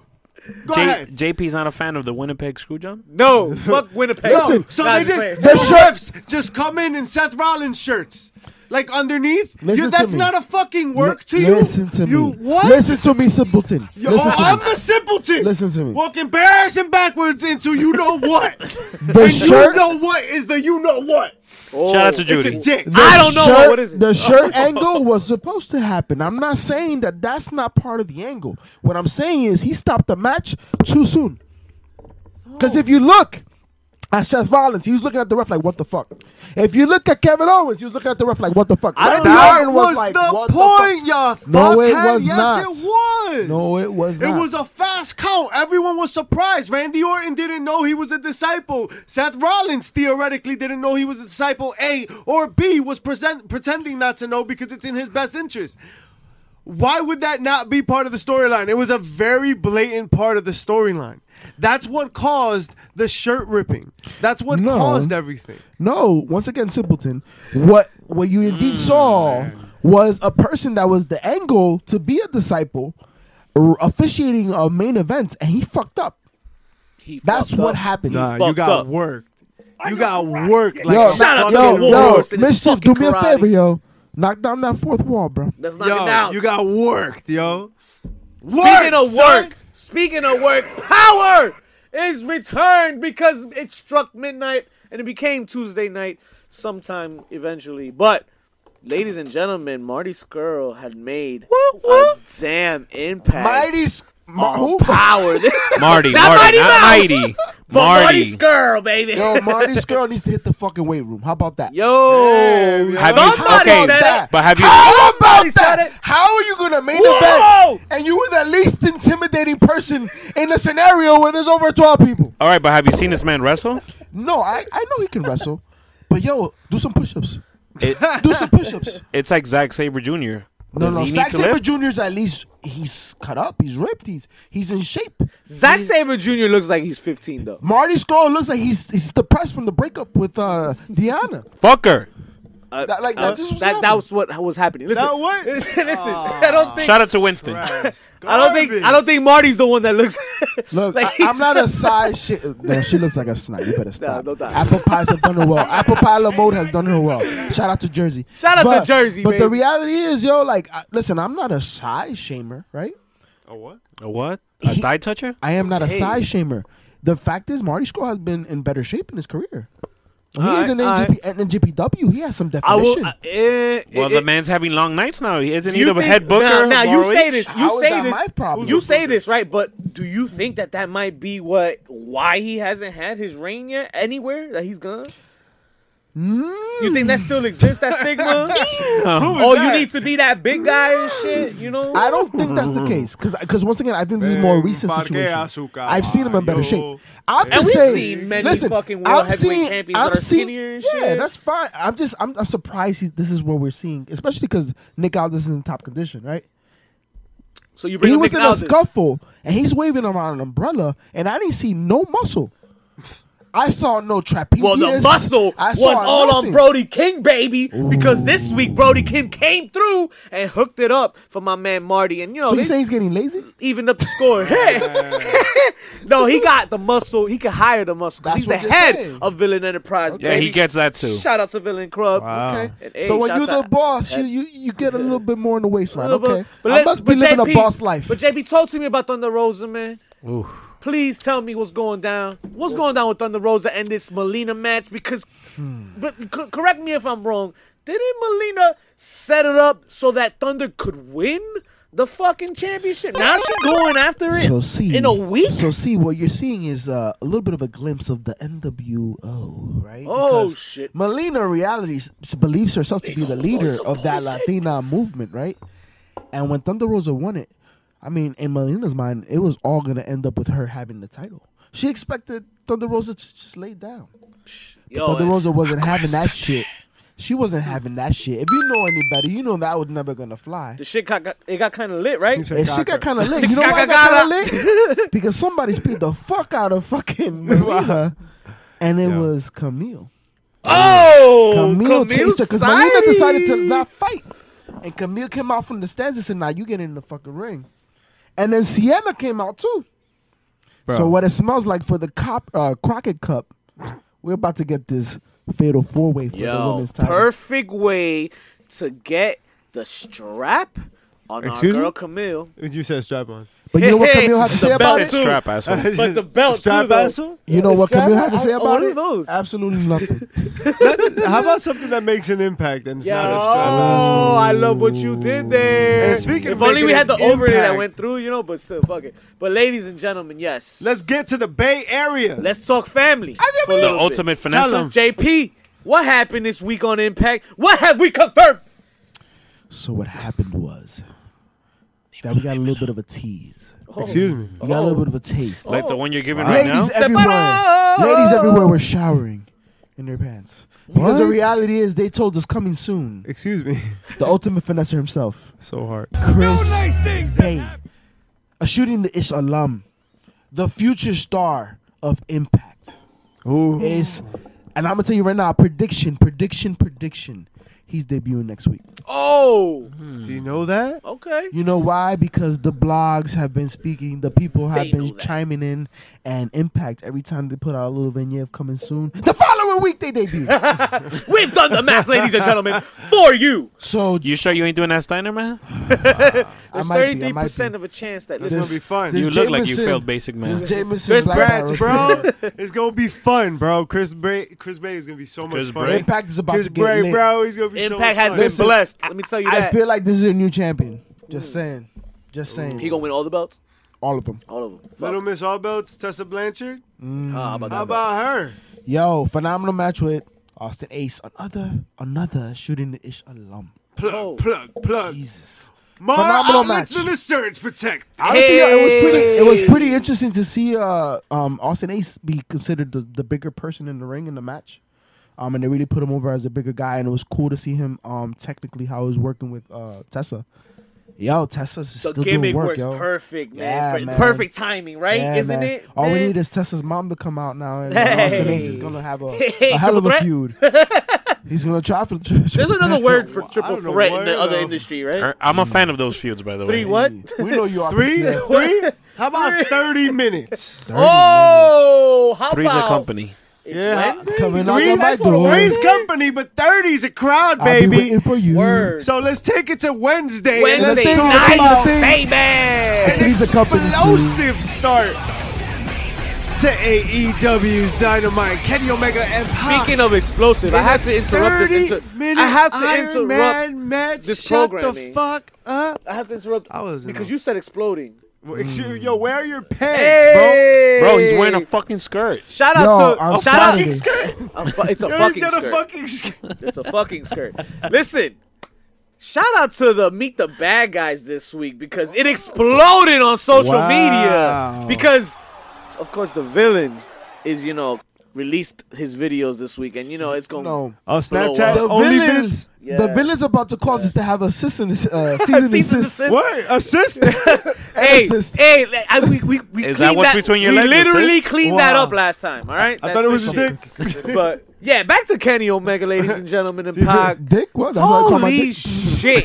Speaker 5: go
Speaker 4: J-
Speaker 5: ahead.
Speaker 4: JP's not a fan of the Winnipeg Screwjob.
Speaker 2: No, fuck Winnipeg.
Speaker 3: Listen,
Speaker 2: No,
Speaker 5: So
Speaker 2: nah,
Speaker 5: they
Speaker 2: just
Speaker 5: just
Speaker 2: playing.
Speaker 5: the
Speaker 3: The
Speaker 5: refs just come in in Seth Rollins shirts, like underneath. You-
Speaker 3: Listen to
Speaker 5: that's
Speaker 3: me.
Speaker 5: not a fucking work to
Speaker 3: Li-
Speaker 5: you.
Speaker 3: Listen to
Speaker 5: you
Speaker 3: me.
Speaker 5: what?
Speaker 3: Listen to me, simpleton.
Speaker 5: Yo,
Speaker 3: Listen to
Speaker 5: I'm
Speaker 3: me.
Speaker 5: the simpleton.
Speaker 3: Listen to me.
Speaker 5: Walking bare-ass and backwards into you know what.
Speaker 3: The
Speaker 5: and you
Speaker 3: shirt.
Speaker 5: know what is the you know what.
Speaker 2: Oh,
Speaker 4: Shout out to
Speaker 5: It's
Speaker 4: Judy.
Speaker 5: a dick.
Speaker 3: the
Speaker 2: I don't know
Speaker 3: shirt-
Speaker 2: what is it.
Speaker 3: The shirt angle was supposed to happen. I'm not saying that that's not part of the angle. What I'm saying is he stopped the match too soon. Because if you look at Seth Rollins, he was looking at the ref like, what the fuck? If you look at Kevin Owens, he was looking at the ref like, what the fuck?
Speaker 2: I don't
Speaker 3: Randy
Speaker 2: know.
Speaker 5: that
Speaker 3: Orton
Speaker 5: was
Speaker 3: like,
Speaker 5: the
Speaker 3: "What fuck?"
Speaker 5: point, y'all.
Speaker 3: No, it
Speaker 5: fuckhead.
Speaker 3: was
Speaker 5: yes,
Speaker 3: not.
Speaker 5: it was.
Speaker 3: No, it was
Speaker 5: It
Speaker 3: not.
Speaker 5: was a fast count. Everyone was surprised. Randy Orton didn't know he was a disciple. Seth Rollins theoretically didn't know he was a disciple. A or B was present, pretending not to know because it's in his best interest. Why would that not be part of the storyline? It was a very blatant part of the storyline. That's what caused the shirt ripping. That's what
Speaker 3: No.
Speaker 5: caused everything.
Speaker 3: No, once again, simpleton. What what you
Speaker 2: Mm.
Speaker 3: indeed saw was a person that was the angle to be a disciple, r- officiating a main event, and he fucked up.
Speaker 2: He
Speaker 3: That's
Speaker 2: fucked
Speaker 3: what
Speaker 2: up.
Speaker 3: happened.
Speaker 2: He's
Speaker 5: Nah, you
Speaker 2: fucked
Speaker 5: got
Speaker 2: up.
Speaker 5: worked. You got worked like
Speaker 3: yo,
Speaker 5: a
Speaker 2: Shout out to
Speaker 3: yo,
Speaker 2: the
Speaker 5: fucking
Speaker 3: yo,
Speaker 2: Warlords and his
Speaker 3: mischief, do
Speaker 2: fucking
Speaker 3: me a
Speaker 2: karate.
Speaker 3: favor, yo. Knock down that fourth wall, bro.
Speaker 2: Let's knock it
Speaker 5: Yo,
Speaker 2: down.
Speaker 5: you got worked, yo. Work,
Speaker 2: Speaking of work, speaking of work, power is returned because it struck midnight and it became Tuesday night sometime eventually. But, ladies and gentlemen, Marty Skrull had made a damn impact.
Speaker 3: Ma-
Speaker 2: on
Speaker 3: who?
Speaker 2: power.
Speaker 4: Marty,
Speaker 2: Not Mighty
Speaker 4: Marty, not
Speaker 2: Mouse.
Speaker 4: Mighty,
Speaker 2: But Marty
Speaker 4: Marty.
Speaker 2: Skrull, baby.
Speaker 3: Yo, Marty Skrull needs to hit the fucking weight room. How about that?
Speaker 2: Yo,
Speaker 4: Have you-
Speaker 2: somebody
Speaker 4: okay,
Speaker 2: said it.
Speaker 4: But have you?
Speaker 3: How about
Speaker 2: Somebody said
Speaker 3: that?
Speaker 2: it.
Speaker 3: How are you gonna main
Speaker 2: Whoa!
Speaker 3: event and you were the least intimidating person in a scenario where there's over twelve people?
Speaker 4: All right, but have you seen this man wrestle?
Speaker 3: No, I, I know he can wrestle, but yo, do some push-ups.
Speaker 4: It,
Speaker 3: Do some push-ups.
Speaker 4: it's like Zack Saber Jr.
Speaker 3: No,
Speaker 4: Does
Speaker 3: no.
Speaker 4: he need
Speaker 3: Zack
Speaker 4: to
Speaker 3: Saber
Speaker 4: lift?
Speaker 3: Jr.'s at least he's cut up. He's ripped. He's he's in shape.
Speaker 2: Zack Saber Jr. looks like he's 15 though.
Speaker 3: Marty Scurll looks like he's he's depressed from the breakup with uh Diana.
Speaker 4: Fucker.
Speaker 2: Uh,
Speaker 3: That- like,
Speaker 2: uh,
Speaker 3: that's just what's
Speaker 2: that, that
Speaker 3: happening. Ah.
Speaker 2: was what was happening. Listen,
Speaker 5: That what?
Speaker 2: listen, I don't think
Speaker 4: Shout out to Winston.
Speaker 2: I don't think I don't think Marty's the one that looks.
Speaker 3: Look,
Speaker 2: like
Speaker 3: I,
Speaker 2: he's-
Speaker 3: I'm not a side shit. No, she looks like a snipe. You better stop.
Speaker 2: no doubt.
Speaker 3: Apple pies have done her well. Apple pie La mode has done her well. Shout out to Jersey.
Speaker 2: Shout out to Jersey,
Speaker 3: But the
Speaker 2: baby.
Speaker 3: reality is, yo, like, I, listen, I'm not a side shamer, right?
Speaker 5: Oh what?
Speaker 4: A what? A thigh toucher?
Speaker 3: I am not a
Speaker 2: Hey.
Speaker 3: side shamer. The fact is, Marty Scurll has been in better shape in his career. He is
Speaker 2: Alright,
Speaker 3: an
Speaker 2: alright.
Speaker 3: NGP, an NGPW. He has some
Speaker 2: I will.
Speaker 3: definition.
Speaker 2: I, eh,
Speaker 4: Well,
Speaker 2: eh,
Speaker 4: the man's having long nights now. He isn't
Speaker 2: you
Speaker 4: either a
Speaker 2: think-
Speaker 4: head booker.
Speaker 2: Now, now, you
Speaker 4: ROH?
Speaker 2: say this. You
Speaker 3: How is
Speaker 2: say
Speaker 3: that
Speaker 2: this.
Speaker 3: my problem?
Speaker 2: You say this, right? But do you think that that might be what why he hasn't had his reign yet anywhere that he's gone? You think that still exists that stigma? oh, you need to be that big guy and shit. You know.
Speaker 3: I don't think that's the case because once again I think this is more
Speaker 5: Ven
Speaker 3: recent
Speaker 5: pa' que
Speaker 3: situation.
Speaker 5: azúcar,
Speaker 3: I've seen him in better
Speaker 5: yo.
Speaker 3: shape. I'm
Speaker 5: And
Speaker 3: just
Speaker 2: we've
Speaker 3: saying.
Speaker 2: seen many
Speaker 3: listen,
Speaker 2: fucking world
Speaker 3: I'm
Speaker 2: heavyweight
Speaker 3: seeing.
Speaker 2: champions
Speaker 3: I'm
Speaker 2: that are
Speaker 3: seeing.
Speaker 2: skinnier and
Speaker 3: yeah,
Speaker 2: shit.
Speaker 3: that's fine. I'm just. I'm. I'm surprised he, this is what we're seeing, especially because Nick Aldis is in top condition, right?
Speaker 2: so you bring
Speaker 3: he
Speaker 2: up
Speaker 3: was
Speaker 2: Nick
Speaker 3: in a
Speaker 2: Aldis.
Speaker 3: scuffle and he's waving around an umbrella, and I didn't see no muscle. I saw no trapezius.
Speaker 2: Well, the muscle
Speaker 3: I
Speaker 2: was
Speaker 3: saw
Speaker 2: all on
Speaker 3: nothing.
Speaker 2: Brody King, baby, because this week Brody King came through and hooked it up for my man Marty, and you know
Speaker 3: So you
Speaker 2: they
Speaker 3: say he's getting lazy?
Speaker 2: evened up the score. no, he got the muscle. He can hire the muscle. 'cause
Speaker 3: That's
Speaker 2: He's the
Speaker 3: what you're
Speaker 2: head
Speaker 3: saying.
Speaker 2: of Villain Enterprise.
Speaker 4: Yeah, he
Speaker 2: baby.
Speaker 4: gets that too.
Speaker 2: Shout out to Villain Club.
Speaker 5: Wow.
Speaker 3: Okay.
Speaker 2: And, Ah. hey,
Speaker 3: so when
Speaker 2: shouts
Speaker 3: you're the
Speaker 2: out-
Speaker 3: boss, you, you you get a little bit more in the waistline. Okay, I
Speaker 2: let-
Speaker 3: must be living
Speaker 2: JP
Speaker 3: a boss life.
Speaker 2: But JB, talk to me about Thunder Rosa, man.
Speaker 4: Ooh.
Speaker 2: Please tell me what's going down. What's going down with Thunder Rosa and this Melina match? Because,
Speaker 3: Hmm.
Speaker 2: but c- correct me if I'm wrong. Didn't Melina set it up so that Thunder could win the fucking championship? Now she's going after it
Speaker 3: So see,
Speaker 2: in a week.
Speaker 3: So see, what you're seeing is uh, a little bit of a glimpse of the NWO, right?
Speaker 2: Oh, shit.
Speaker 3: Melina in reality s- s- believes herself to be the leader of that Latina movement, right? And when Thunder Rosa won it, I mean, in Melina's mind, it was all gonna end up with her having the title. She expected Thunder Rosa to just lay down.
Speaker 2: Yo,
Speaker 3: Thunder
Speaker 2: and-
Speaker 3: Rosa wasn't having that shit. She wasn't having that shit. If you know any better, you know that was never gonna fly.
Speaker 2: the shit got, got- it got kind of lit, right?
Speaker 5: said-
Speaker 3: And she got kind of lit. You know why I got kind of lit? Because somebody spit the fuck out of fucking Melina, and it was Camille.
Speaker 2: Oh,
Speaker 3: Camille, chased her because Melina
Speaker 2: Sadi.
Speaker 3: decided to not fight, and Camille came out from the stands and said, "Now you get in the fucking ring," and then Sienna came out too. So what it smells like for the cop uh, Crockett Cup, we're about to get this fatal four way for the
Speaker 2: Yo,
Speaker 3: women's title.
Speaker 2: perfect way to get the strap on
Speaker 5: Excuse
Speaker 2: our girl
Speaker 5: me?
Speaker 2: Camille.
Speaker 5: You said strap on.
Speaker 3: but you know what Camille had to
Speaker 2: The
Speaker 3: say about
Speaker 2: belt
Speaker 3: it?
Speaker 2: too.
Speaker 4: Strap asshole.
Speaker 2: But the belt
Speaker 5: strap
Speaker 2: too, though.
Speaker 5: asshole?
Speaker 3: You know
Speaker 2: The
Speaker 3: what
Speaker 2: strap
Speaker 3: Camille had to
Speaker 2: on-
Speaker 3: say
Speaker 2: on
Speaker 3: about
Speaker 2: one of
Speaker 3: it?
Speaker 2: those.
Speaker 3: Absolutely nothing.
Speaker 5: That's, how about something that makes an impact and it's
Speaker 2: Yo,
Speaker 5: not a strap
Speaker 2: Oh.
Speaker 5: asshole?
Speaker 2: I love what you did there.
Speaker 5: And speaking
Speaker 2: if
Speaker 5: of
Speaker 2: only we
Speaker 5: making
Speaker 2: had the
Speaker 5: an
Speaker 2: over that
Speaker 5: impact.
Speaker 2: went through, you know. But still, fuck it. But ladies and gentlemen, yes,
Speaker 5: Let's get to the Bay Area.
Speaker 2: let's talk family. for a
Speaker 4: The
Speaker 2: little bit.
Speaker 4: ultimate finesse.
Speaker 5: Tell 'em.
Speaker 2: JP, what happened this week on Impact? What have we confirmed?
Speaker 3: So what happened was that we got a little bit of a tease.
Speaker 5: Excuse me.
Speaker 3: We got a little bit of a taste.
Speaker 4: Like the one you're giving right now.
Speaker 3: ladies everywhere,
Speaker 2: Separado!
Speaker 3: ladies everywhere were showering in their pants because the
Speaker 5: What?
Speaker 3: reality is they told us coming soon.
Speaker 5: Excuse me.
Speaker 3: The ultimate finesser himself,
Speaker 5: So hard.
Speaker 3: Chris Bay, a shooting the ish alum, the future star of Impact
Speaker 5: Ooh.
Speaker 3: is, and I'm gonna tell you right now, prediction, prediction, prediction. He's debuting next week.
Speaker 2: Oh,
Speaker 5: Do you know that?
Speaker 2: okay.
Speaker 3: You know why? Because the blogs have been speaking, the people have
Speaker 2: They know
Speaker 3: been
Speaker 2: that.
Speaker 3: chiming in, and Impact every time they put out a little vignette of coming soon. The following week they debut.
Speaker 2: We've done the math, ladies and gentlemen, for you.
Speaker 3: so
Speaker 4: You sure you ain't doing that Steiner, man?
Speaker 3: I
Speaker 2: There's
Speaker 3: might be, I
Speaker 2: thirty-three
Speaker 3: might
Speaker 2: percent
Speaker 3: be.
Speaker 2: of a chance that
Speaker 5: It's
Speaker 2: listen.
Speaker 5: gonna be fun.
Speaker 3: This
Speaker 4: You look like you
Speaker 3: Jameson-
Speaker 4: failed basic
Speaker 3: This
Speaker 4: man.
Speaker 3: Jameson
Speaker 2: Chris
Speaker 3: Black
Speaker 5: Brats,
Speaker 3: Arrow.
Speaker 5: bro. it's gonna be fun, bro. Chris Bray, Chris Bay is gonna be so much
Speaker 4: Chris
Speaker 5: fun.
Speaker 4: Bray?
Speaker 3: Impact is about
Speaker 5: Chris
Speaker 3: to get
Speaker 5: Bray,
Speaker 3: lit.
Speaker 5: bro. He's gonna be so much
Speaker 2: Impact has
Speaker 5: fun.
Speaker 2: been
Speaker 3: Listen,
Speaker 2: blessed. Let me tell you
Speaker 3: I
Speaker 2: that.
Speaker 3: feel like this is a new champion. Just saying. Just saying.
Speaker 2: he gonna win all the belts,
Speaker 3: All of them.
Speaker 2: all of them. Fuck.
Speaker 5: Little Miss All Belts, Tessa Blanchard.
Speaker 2: Ah, how about that?
Speaker 5: How about her?
Speaker 3: Yo, phenomenal match with Austin Ace. Another, another shooting the ish alum.
Speaker 5: Plug,
Speaker 2: Oh.
Speaker 5: plug, plug.
Speaker 3: Jesus.
Speaker 5: More
Speaker 3: Phenomenal
Speaker 5: outlets
Speaker 3: match.
Speaker 5: than the surge protect.
Speaker 3: Honestly, yo, it was pretty. It was pretty interesting to see uh, um, Austin Ace be considered the, the bigger person in the ring in the match. Um, and they really put him over as a bigger guy, and it was cool to see him. Um, technically, how he was working with uh Tessa. Yo, Tessa's
Speaker 2: The
Speaker 3: still doing
Speaker 2: gimmick
Speaker 3: work,
Speaker 2: works
Speaker 3: yo.
Speaker 2: perfect,
Speaker 3: Yeah,
Speaker 2: man. For-
Speaker 3: man.
Speaker 2: Perfect timing, right?
Speaker 3: Yeah,
Speaker 2: Isn't
Speaker 3: man.
Speaker 2: it?
Speaker 3: All we
Speaker 2: man?
Speaker 3: need is Tessa's mom to come out now, and uh,
Speaker 2: Hey.
Speaker 3: Austin Ace is gonna have a,
Speaker 2: Hey,
Speaker 3: a hell of
Speaker 2: triple
Speaker 3: a
Speaker 2: threat?
Speaker 3: feud. He's gonna try for.
Speaker 2: There's another word for
Speaker 5: I
Speaker 2: triple
Speaker 5: don't know
Speaker 2: threat in
Speaker 5: where
Speaker 2: the other
Speaker 5: the-
Speaker 2: industry, right?
Speaker 4: Er, I'm a fan of those feuds, by the
Speaker 2: Three
Speaker 4: way.
Speaker 2: what?
Speaker 3: We know you are
Speaker 5: Three?
Speaker 3: Christina.
Speaker 5: Three? How about 30 minutes?
Speaker 2: Oh, how
Speaker 4: Three's a
Speaker 2: about
Speaker 4: company.
Speaker 2: It's
Speaker 5: Yeah.
Speaker 2: Wednesday?
Speaker 3: Coming out
Speaker 5: Three's,
Speaker 3: of my
Speaker 2: that's what it
Speaker 3: door.
Speaker 5: three's company, but 30's a crowd,
Speaker 3: I'll be
Speaker 5: baby.
Speaker 3: waiting for you.
Speaker 2: Word.
Speaker 5: So let's take it to Wednesday. and
Speaker 2: Wednesday
Speaker 5: let's talk
Speaker 2: night,
Speaker 5: about
Speaker 2: baby.
Speaker 5: an
Speaker 3: Three's a company, too.
Speaker 5: explosive start to AEW's Dynamite. Kenny Omega and Pac.
Speaker 2: Speaking of explosive, I have to interrupt this. Inter-
Speaker 5: 30-minute
Speaker 2: I have to
Speaker 5: Iron
Speaker 2: interrupt.
Speaker 5: Man match.
Speaker 2: this
Speaker 5: Shut the
Speaker 2: programming.
Speaker 5: fuck up.
Speaker 2: I have to interrupt
Speaker 5: I wasn't
Speaker 2: because
Speaker 5: on.
Speaker 2: you said exploding.
Speaker 5: Well, excuse- Yo, where are your pants,
Speaker 4: Bro, he's wearing a
Speaker 2: Hey!
Speaker 4: fucking skirt.
Speaker 2: Shout
Speaker 3: Yo,
Speaker 2: out to
Speaker 3: on
Speaker 2: oh, shout
Speaker 5: bro?
Speaker 2: out.
Speaker 3: Saturday.
Speaker 5: Fucking skirt.
Speaker 2: A fu- it's a
Speaker 5: Yo, he's
Speaker 2: fucking
Speaker 5: got
Speaker 2: skirt.
Speaker 5: a fucking skirt.
Speaker 2: It's a fucking skirt. Listen, shout out to the Meet the Bad Guys this week because it exploded on social
Speaker 5: Wow.
Speaker 2: media. Because, of course, the villain is, you know, released his videos this week, and, you know, it's going to.
Speaker 3: No.
Speaker 5: Oh, Snapchat
Speaker 3: The
Speaker 5: only
Speaker 3: villain,
Speaker 5: bits.
Speaker 3: the
Speaker 2: Yeah.
Speaker 3: villain's about to cause us to have a assistant, uh, season assist.
Speaker 5: What? Assist?
Speaker 2: Hey,
Speaker 3: assist.
Speaker 2: hey, like, I, we, we, we
Speaker 4: Is that
Speaker 2: cleaned
Speaker 4: what's between your
Speaker 2: We
Speaker 4: legs,
Speaker 2: literally
Speaker 4: assist?
Speaker 2: cleaned that
Speaker 5: Wow.
Speaker 2: up last time, all right?
Speaker 5: I
Speaker 2: That's
Speaker 5: thought it was a
Speaker 2: assist
Speaker 5: dick.
Speaker 2: shit. But, yeah, back to Kenny Omega, ladies and gentlemen, and Pac.
Speaker 3: Dick? What? That's how I call my
Speaker 2: Holy
Speaker 3: dick.
Speaker 2: shit.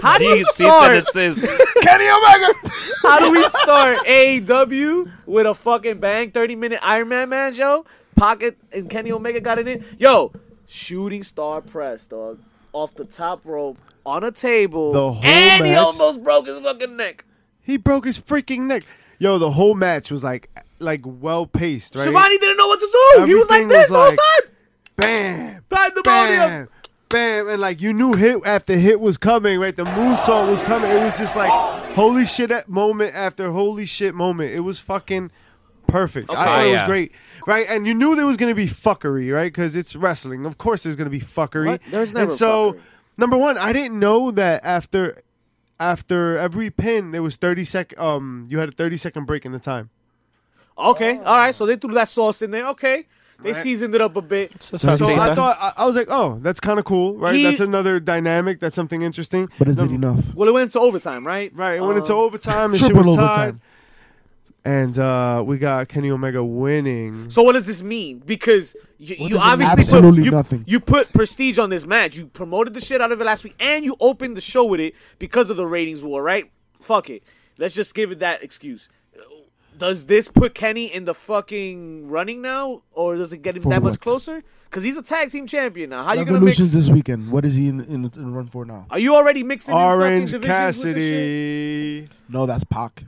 Speaker 2: How do you
Speaker 4: These cease
Speaker 2: start?
Speaker 4: and desist.
Speaker 3: Kenny Omega.
Speaker 2: How do we start AEW with a fucking bang? 30 minute Iron Man match, yo. Pocket and Kenny Omega got it in. Yo, shooting star press, dog. Off the top rope on a table.
Speaker 5: The whole
Speaker 2: and he
Speaker 5: match?
Speaker 2: almost broke his fucking neck.
Speaker 5: He broke his freaking neck. Yo, the whole match was like like well paced, right?
Speaker 2: Shivani didn't know what to do. he was like
Speaker 5: Everything was
Speaker 2: this the whole
Speaker 5: like-
Speaker 2: time.
Speaker 5: Bam,
Speaker 2: Pandemonium.
Speaker 5: bam, bam, and like you knew hit after hit was coming, right? The moonsault was coming. It was just like holy shit at moment after holy shit moment. It was fucking perfect. I
Speaker 3: Oh,
Speaker 5: thought it was
Speaker 4: Yeah.
Speaker 5: great, right? And you knew there was gonna be fuckery, right? Because it's wrestling. Of course, there's gonna be fuckery.
Speaker 2: What? There's never
Speaker 5: and so,
Speaker 2: fuckery.
Speaker 5: number one, I didn't know that after after every pin there was thirty second. Um, you had a thirty second break in the time.
Speaker 2: Okay, all right. So they threw that sauce in there. Okay. They seasoned it up a bit.
Speaker 5: So I thought I, I was like, oh, that's kind of cool, right?
Speaker 2: He-
Speaker 5: that's another dynamic. That's something interesting.
Speaker 3: But is it
Speaker 5: Number-
Speaker 3: enough?
Speaker 2: Well, it went into overtime, right? Um,
Speaker 5: Right, it went into overtime and shit
Speaker 3: Triple
Speaker 5: was tied.
Speaker 3: overtime.
Speaker 5: And uh, we got Kenny Omega winning.
Speaker 2: So what does this mean? Because you,
Speaker 3: What
Speaker 2: you
Speaker 3: does it mean?
Speaker 2: obviously
Speaker 3: Absolutely
Speaker 2: put, you,
Speaker 3: nothing.
Speaker 2: you put prestige on this match. You promoted the shit out of it last week, and you opened the show with it because of the ratings war. Right? Fuck it. Let's just give it that excuse. Does this put Kenny in the fucking running now, or does it get him
Speaker 3: For
Speaker 2: that much
Speaker 3: what?
Speaker 2: closer? Because he's a tag team champion now. How you gonna mix?
Speaker 3: Revolutions this weekend. What is he in, in, in run for now?
Speaker 2: Are you already mixing in fucking
Speaker 5: Orange
Speaker 2: divisions with this shit?
Speaker 5: Cassidy.
Speaker 3: No, that's Pac.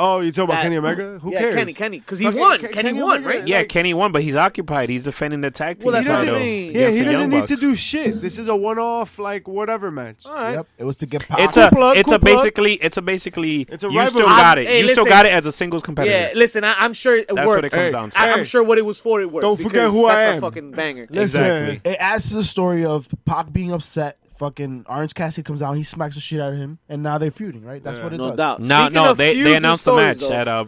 Speaker 5: Oh, you talking about
Speaker 2: That-
Speaker 5: Kenny Omega? Who
Speaker 2: yeah,
Speaker 5: cares?
Speaker 2: Kenny, Kenny, because he
Speaker 5: Fucking
Speaker 2: won.
Speaker 5: Ken-
Speaker 2: Kenny,
Speaker 5: Kenny
Speaker 2: won,
Speaker 5: Omega.
Speaker 2: right?
Speaker 4: Yeah, Kenny won, but he's occupied. He's defending the tag team.
Speaker 2: Well, that's what I
Speaker 4: title
Speaker 2: mean.
Speaker 5: Yeah, he
Speaker 4: against the
Speaker 5: doesn't
Speaker 4: Young
Speaker 5: need to
Speaker 4: Bucks.
Speaker 5: do shit. This is a one-off, like whatever match.
Speaker 2: All right.
Speaker 3: Yep. It was to get Pac.
Speaker 4: It's
Speaker 2: Cool
Speaker 4: a,
Speaker 2: plug,
Speaker 4: it's
Speaker 2: cool
Speaker 4: a
Speaker 2: plug.
Speaker 4: basically, it's a basically.
Speaker 5: It's a
Speaker 4: you still
Speaker 5: rivalry.
Speaker 4: got it.
Speaker 2: Hey,
Speaker 4: you still
Speaker 2: listen.
Speaker 4: got it as a singles competitor.
Speaker 2: Yeah, listen, I, I'm sure it
Speaker 4: That's
Speaker 2: worked.
Speaker 4: what it comes
Speaker 5: Hey,
Speaker 4: down to.
Speaker 2: I, I'm sure what it was for. It worked.
Speaker 5: Don't forget
Speaker 2: because
Speaker 5: who I
Speaker 2: that's
Speaker 5: am.
Speaker 2: A fucking banger.
Speaker 5: Listen,
Speaker 4: Exactly.
Speaker 3: It adds to the story of Pac being upset. Fucking Orange Cassidy comes out, he smacks the shit out of him, and now they're feuding, right? That's what it
Speaker 2: No
Speaker 3: does.
Speaker 2: doubt.
Speaker 4: No,
Speaker 2: Speaking
Speaker 4: no,
Speaker 2: of
Speaker 4: they
Speaker 2: feuds
Speaker 4: they
Speaker 2: and
Speaker 4: announced the
Speaker 2: stories,
Speaker 4: match
Speaker 2: though-
Speaker 4: at uh,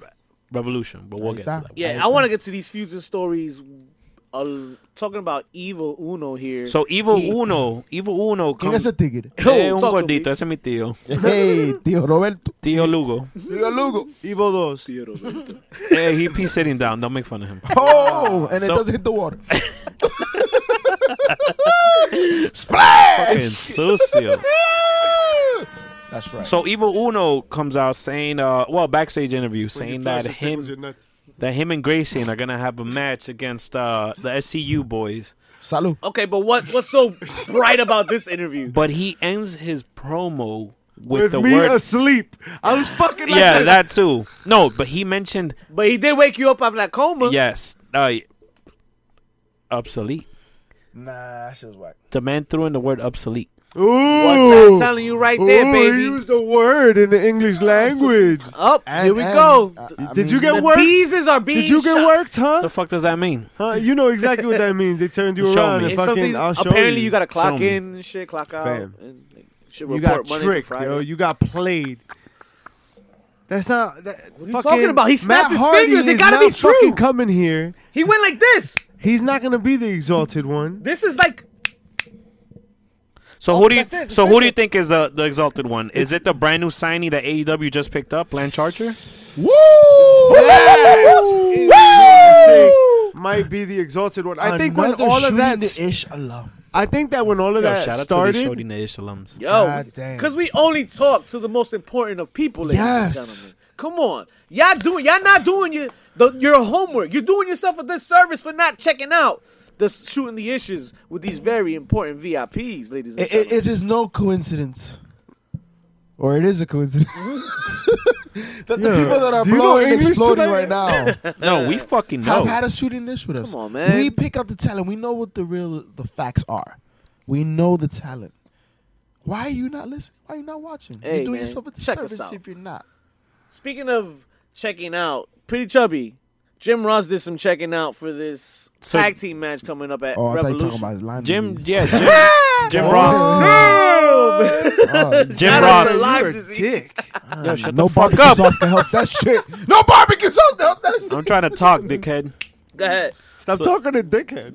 Speaker 4: Revolution, but we'll get to
Speaker 3: Ahí está.
Speaker 4: that.
Speaker 2: yeah, I want to get to these feuds and stories. Uh, talking about Evil Uno here.
Speaker 4: So Evil
Speaker 2: He-
Speaker 4: Uno, Evil Uno
Speaker 3: ¿Quién es
Speaker 4: comes.
Speaker 3: el tigre?
Speaker 4: Eh, un
Speaker 2: Talk to
Speaker 4: gordito,
Speaker 2: me.
Speaker 4: ese es mi tío.
Speaker 3: Hey, tío Roberto.
Speaker 4: Tío Lugo.
Speaker 3: Tío Lugo.
Speaker 5: Evil Dos.
Speaker 4: Eh, he be sitting down. Don't make fun of him.
Speaker 3: Oh, and it
Speaker 4: So-
Speaker 3: doesn't hit the water.
Speaker 4: Fucking sucio.
Speaker 3: That's right.
Speaker 4: So Evil Uno comes out saying, uh, well, backstage interview
Speaker 5: When you
Speaker 4: saying
Speaker 5: flash,
Speaker 4: that
Speaker 5: it tickles your
Speaker 4: him
Speaker 5: nuts.
Speaker 4: that him and Grayson are gonna have a match against uh, the SCU boys.
Speaker 3: Salud.
Speaker 2: Okay, but what what's so bright about this interview?
Speaker 4: But he ends his promo with,
Speaker 5: With
Speaker 4: the
Speaker 5: me
Speaker 4: word.
Speaker 5: asleep. I was fucking like
Speaker 4: yeah,
Speaker 5: that.
Speaker 4: that too. No, but he mentioned
Speaker 2: But he did wake you up after that coma.
Speaker 4: yes. Uh, obsolete.
Speaker 3: Nah, that shit was whack.
Speaker 4: The man threw in the word obsolete.
Speaker 5: Ooh.
Speaker 2: What's that telling you right there,
Speaker 5: Ooh,
Speaker 2: baby?
Speaker 5: he used the word in the English language.
Speaker 2: Up here we go.
Speaker 5: uh, Did you
Speaker 2: the
Speaker 5: get worked?
Speaker 2: teasers are being.
Speaker 5: Did you get
Speaker 2: shot.
Speaker 5: worked, huh?
Speaker 4: The fuck does that mean?
Speaker 5: Huh? You know exactly what that means. They turned you
Speaker 4: Show
Speaker 5: around
Speaker 4: me.
Speaker 5: and
Speaker 2: It's
Speaker 5: fucking.
Speaker 2: something-
Speaker 5: I'll show
Speaker 2: apparently, you,
Speaker 5: you
Speaker 2: gotta clock
Speaker 4: me.
Speaker 2: in and shit, clock out.
Speaker 5: Fam.
Speaker 2: And, like, shit,
Speaker 5: You
Speaker 2: report
Speaker 5: got
Speaker 2: Monday to
Speaker 5: tricked,
Speaker 2: Friday.
Speaker 5: yo. You got played. That's not. That, what
Speaker 2: you talking about? He snapped his fingers. It
Speaker 5: is
Speaker 2: gotta
Speaker 5: not
Speaker 2: be
Speaker 5: fucking
Speaker 2: true.
Speaker 5: coming here.
Speaker 2: He went like this.
Speaker 5: He's not gonna be the exalted one.
Speaker 2: This is like
Speaker 4: So who do you
Speaker 2: that's it,
Speaker 4: so
Speaker 2: that's
Speaker 4: who do you
Speaker 2: it.
Speaker 4: think is uh, the exalted one? Is it the brand new signee that AEW just picked up, Land Charger?
Speaker 3: Woo!
Speaker 5: Woo! I think Might be the exalted one. I think when
Speaker 3: Another
Speaker 5: all of that,
Speaker 3: shooting the ish alum.
Speaker 5: I think that when all of
Speaker 4: Yo,
Speaker 5: that
Speaker 4: shout out to
Speaker 5: started,
Speaker 4: the Shorty Nation alums.
Speaker 2: yo,
Speaker 5: God damn.
Speaker 2: because we only talk to the most important of people, ladies
Speaker 3: Yes.
Speaker 2: and gentlemen. Come on, y'all doing y'all not doing your the, your homework. You're doing yourself a disservice for not checking out the shooting the issues with these very important VIPs, ladies and
Speaker 3: It, it,
Speaker 2: gentlemen.
Speaker 3: it is no coincidence, or it is a coincidence that the
Speaker 5: Yeah.
Speaker 3: people that are
Speaker 5: Do you know
Speaker 3: blowing and
Speaker 5: English
Speaker 3: exploding
Speaker 5: tonight?
Speaker 3: right now
Speaker 4: No, we fucking know.
Speaker 3: have had a shooting ish with us.
Speaker 2: Come on, man.
Speaker 3: We pick up the talent. We know what the real the facts are. We know the talent. Why are you not listening? Why are you not watching?
Speaker 2: Hey,
Speaker 3: you're doing
Speaker 2: man,
Speaker 3: yourself a
Speaker 2: check us
Speaker 3: disservice
Speaker 2: out.
Speaker 3: if you're not.
Speaker 2: Speaking of checking out, pretty chubby. Jim Ross did some checking out for this
Speaker 4: So-
Speaker 2: tag team match coming up at
Speaker 3: Oh, I thought you were
Speaker 2: Revolution.
Speaker 3: talking about his line.
Speaker 4: Jim,
Speaker 3: disease.
Speaker 4: yeah, Jim, Jim Ross.
Speaker 3: Oh,
Speaker 4: Jim
Speaker 2: Shout out to
Speaker 4: Ross.
Speaker 2: Live
Speaker 5: you're a
Speaker 2: Disease.
Speaker 5: dick.
Speaker 4: Yo, shut
Speaker 3: no
Speaker 4: the fuck
Speaker 3: barbecue
Speaker 4: up.
Speaker 3: sauce to help that shit. No barbecue sauce to help that shit.
Speaker 4: I'm trying to talk, dickhead.
Speaker 2: Go ahead.
Speaker 5: Stop talking to dickhead.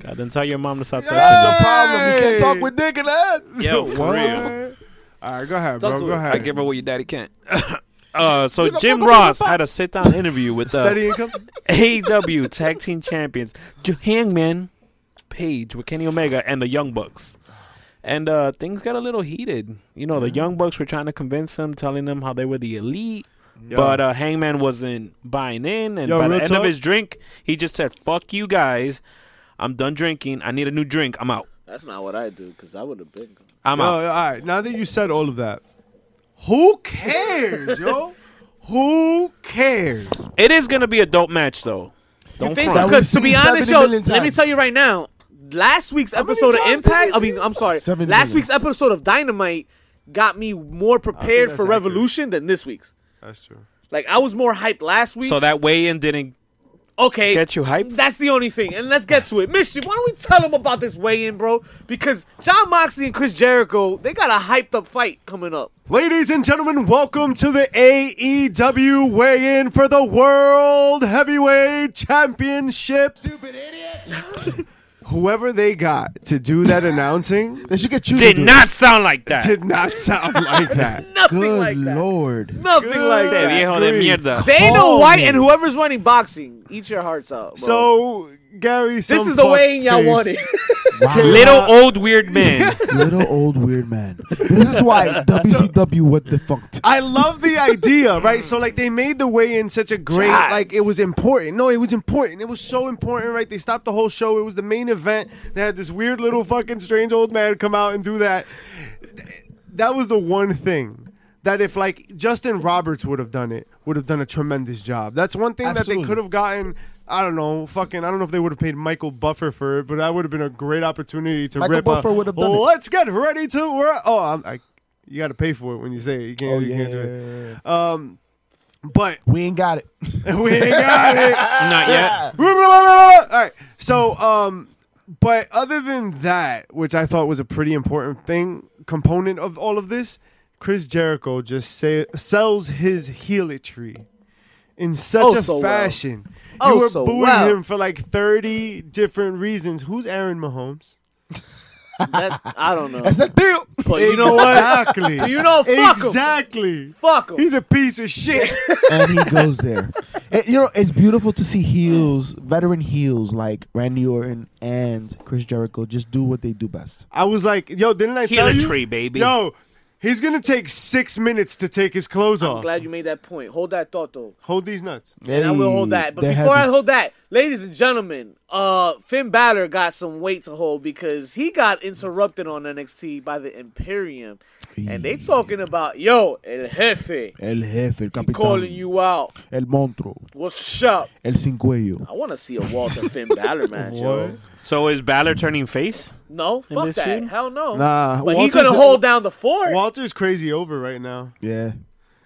Speaker 4: God, then tell your mom to stop
Speaker 3: That's
Speaker 4: texting
Speaker 3: the problem. You can't talk
Speaker 5: Hey.
Speaker 3: with dick and that.
Speaker 4: them. Yo, for real.
Speaker 5: All right, go ahead,
Speaker 2: Talk
Speaker 5: bro. Go
Speaker 2: to her.
Speaker 5: ahead.
Speaker 4: I give her what your daddy can't. Uh, so
Speaker 3: the
Speaker 4: Jim
Speaker 3: fuck
Speaker 4: Ross
Speaker 3: up.
Speaker 4: had a sit-down interview with
Speaker 5: Steady
Speaker 4: the
Speaker 5: income.
Speaker 4: AEW E Tag Team Champions J- Hangman Page with Kenny Omega and the Young Bucks, and uh, things got a little heated. You know, the
Speaker 5: Mm-hmm.
Speaker 4: Young Bucks were trying to convince him, telling him how they were the elite, but uh, Hangman wasn't buying in. And
Speaker 5: Yo,
Speaker 4: by the
Speaker 5: real
Speaker 4: end of
Speaker 5: talk.
Speaker 4: his drink, he just said, "Fuck you guys, I'm done drinking. I need a new drink. I'm out.
Speaker 2: That's not what I do because I would have been. gone.
Speaker 4: I'm
Speaker 5: Yo,
Speaker 4: out."
Speaker 5: all right. Now that you said all of that, who cares, yo? Who cares?
Speaker 4: It is gonna be a dope match, though. Don't
Speaker 2: think
Speaker 4: front.
Speaker 2: so?
Speaker 3: That we've
Speaker 2: Because to be
Speaker 3: seen
Speaker 2: honest,
Speaker 3: 70
Speaker 2: yo,
Speaker 3: million
Speaker 2: let me
Speaker 3: times.
Speaker 2: tell you right now. Last week's
Speaker 5: many
Speaker 2: episode of
Speaker 5: times did
Speaker 2: Impact,
Speaker 5: we
Speaker 2: I
Speaker 5: see
Speaker 2: mean, I'm sorry.
Speaker 3: 70
Speaker 2: Last
Speaker 3: million.
Speaker 2: week's episode of Dynamite got me more prepared
Speaker 5: that's
Speaker 2: for
Speaker 5: accurate.
Speaker 2: Revolution than this week's.
Speaker 5: That's true.
Speaker 2: Like I was more hyped last week.
Speaker 4: So that weigh-in didn't
Speaker 2: okay,
Speaker 4: get you hyped?
Speaker 2: That's the only thing. And let's get to it. Mischief, why don't we tell them about this weigh-in, bro? Because John Moxley and Chris Jericho, they got a hyped up fight coming up.
Speaker 5: Ladies and gentlemen, welcome to the AEW weigh-in for the World Heavyweight Championship. Stupid idiots. Whoever they got to do that announcing
Speaker 3: They should get you. to
Speaker 4: did
Speaker 3: do it.
Speaker 4: not sound like that.
Speaker 5: did not sound like that.
Speaker 2: Nothing
Speaker 3: Good
Speaker 2: like that.
Speaker 3: lord.
Speaker 2: Nothing like
Speaker 4: Se
Speaker 2: that.
Speaker 4: viejo de
Speaker 5: Agreed.
Speaker 4: mierda.
Speaker 2: Dana
Speaker 5: Call
Speaker 2: White
Speaker 5: me.
Speaker 2: and whoever's running boxing, eat your hearts out. Bro.
Speaker 5: So, Gary, some
Speaker 2: this is the way y'all
Speaker 5: fuckface-
Speaker 2: wanted.
Speaker 3: Wow.
Speaker 4: Little old weird man.
Speaker 3: Little old weird man. This is why WCW was defunct.
Speaker 5: I love the idea, right? So like they made the way in such a great
Speaker 2: Shots.
Speaker 5: like it was important. No, it was important. It was so important, right? They stopped the whole show. It was the main event. They had this weird little fucking strange old man come out and do that. That was the one thing that if like Justin Roberts would have done it, would have done a tremendous job. That's one thing that
Speaker 3: Absolutely.
Speaker 5: they could have gotten I don't know, fucking. I don't know if they would have paid Michael Buffer for it, but that would have been a great opportunity to
Speaker 3: Michael
Speaker 5: rip.
Speaker 3: Buffer
Speaker 5: a,
Speaker 3: would have done it.
Speaker 5: Let's get ready to. Ro-. Oh, I'm, I, you got to pay for it when you say it. You can't.
Speaker 3: Oh,
Speaker 5: you can't do it.
Speaker 3: yeah.
Speaker 5: Um, but
Speaker 3: We ain't got it.
Speaker 5: we ain't got it.
Speaker 4: Not yet.
Speaker 5: All right. So, um, but other than that, which I thought was a pretty important thing, component of all of this, Chris Jericho just say, sells his heelatry in such
Speaker 2: Oh,
Speaker 5: a
Speaker 2: so well.
Speaker 5: fashion.
Speaker 2: Oh,
Speaker 5: you were
Speaker 2: so
Speaker 5: booing
Speaker 2: well.
Speaker 5: him for like 30 different reasons. Who's Aaron Mahomes?
Speaker 2: That- I don't know.
Speaker 3: That's the deal.
Speaker 2: But you know what?
Speaker 5: Exactly.
Speaker 2: You know, fuck 'em.
Speaker 5: Exactly.
Speaker 2: Fuck 'em.
Speaker 5: He's a piece of shit.
Speaker 3: And he goes there. It- you know, it's beautiful to see heels, veteran heels like Randy Orton and Chris Jericho just do what they do best.
Speaker 5: I was like, yo, didn't I tell
Speaker 4: Heal a
Speaker 5: you?
Speaker 4: tree, baby.
Speaker 5: Yo, he's gonna take six minutes to take his clothes off.
Speaker 2: I'm glad you made that point. Hold that thought though.
Speaker 5: Hold these nuts.
Speaker 2: And I will hold that. But before I hold that, ladies and gentlemen, uh, Finn Balor got some weight to hold because he got interrupted on NXT by the Imperium, and they talking about yo El Jefe
Speaker 3: El jefe, el capitán,
Speaker 2: calling you out.
Speaker 3: el monstruo,
Speaker 2: What's up?
Speaker 3: el sin cuello.
Speaker 2: I want to see a Walter Finn Balor match, yo.
Speaker 4: So is Balor turning face?
Speaker 2: No, fuck
Speaker 4: this
Speaker 2: that.
Speaker 4: feud?
Speaker 2: Hell no.
Speaker 5: Nah,
Speaker 2: but he's
Speaker 5: Walter's-
Speaker 2: gonna hold down the fort.
Speaker 5: Walter's crazy over right now.
Speaker 3: Yeah.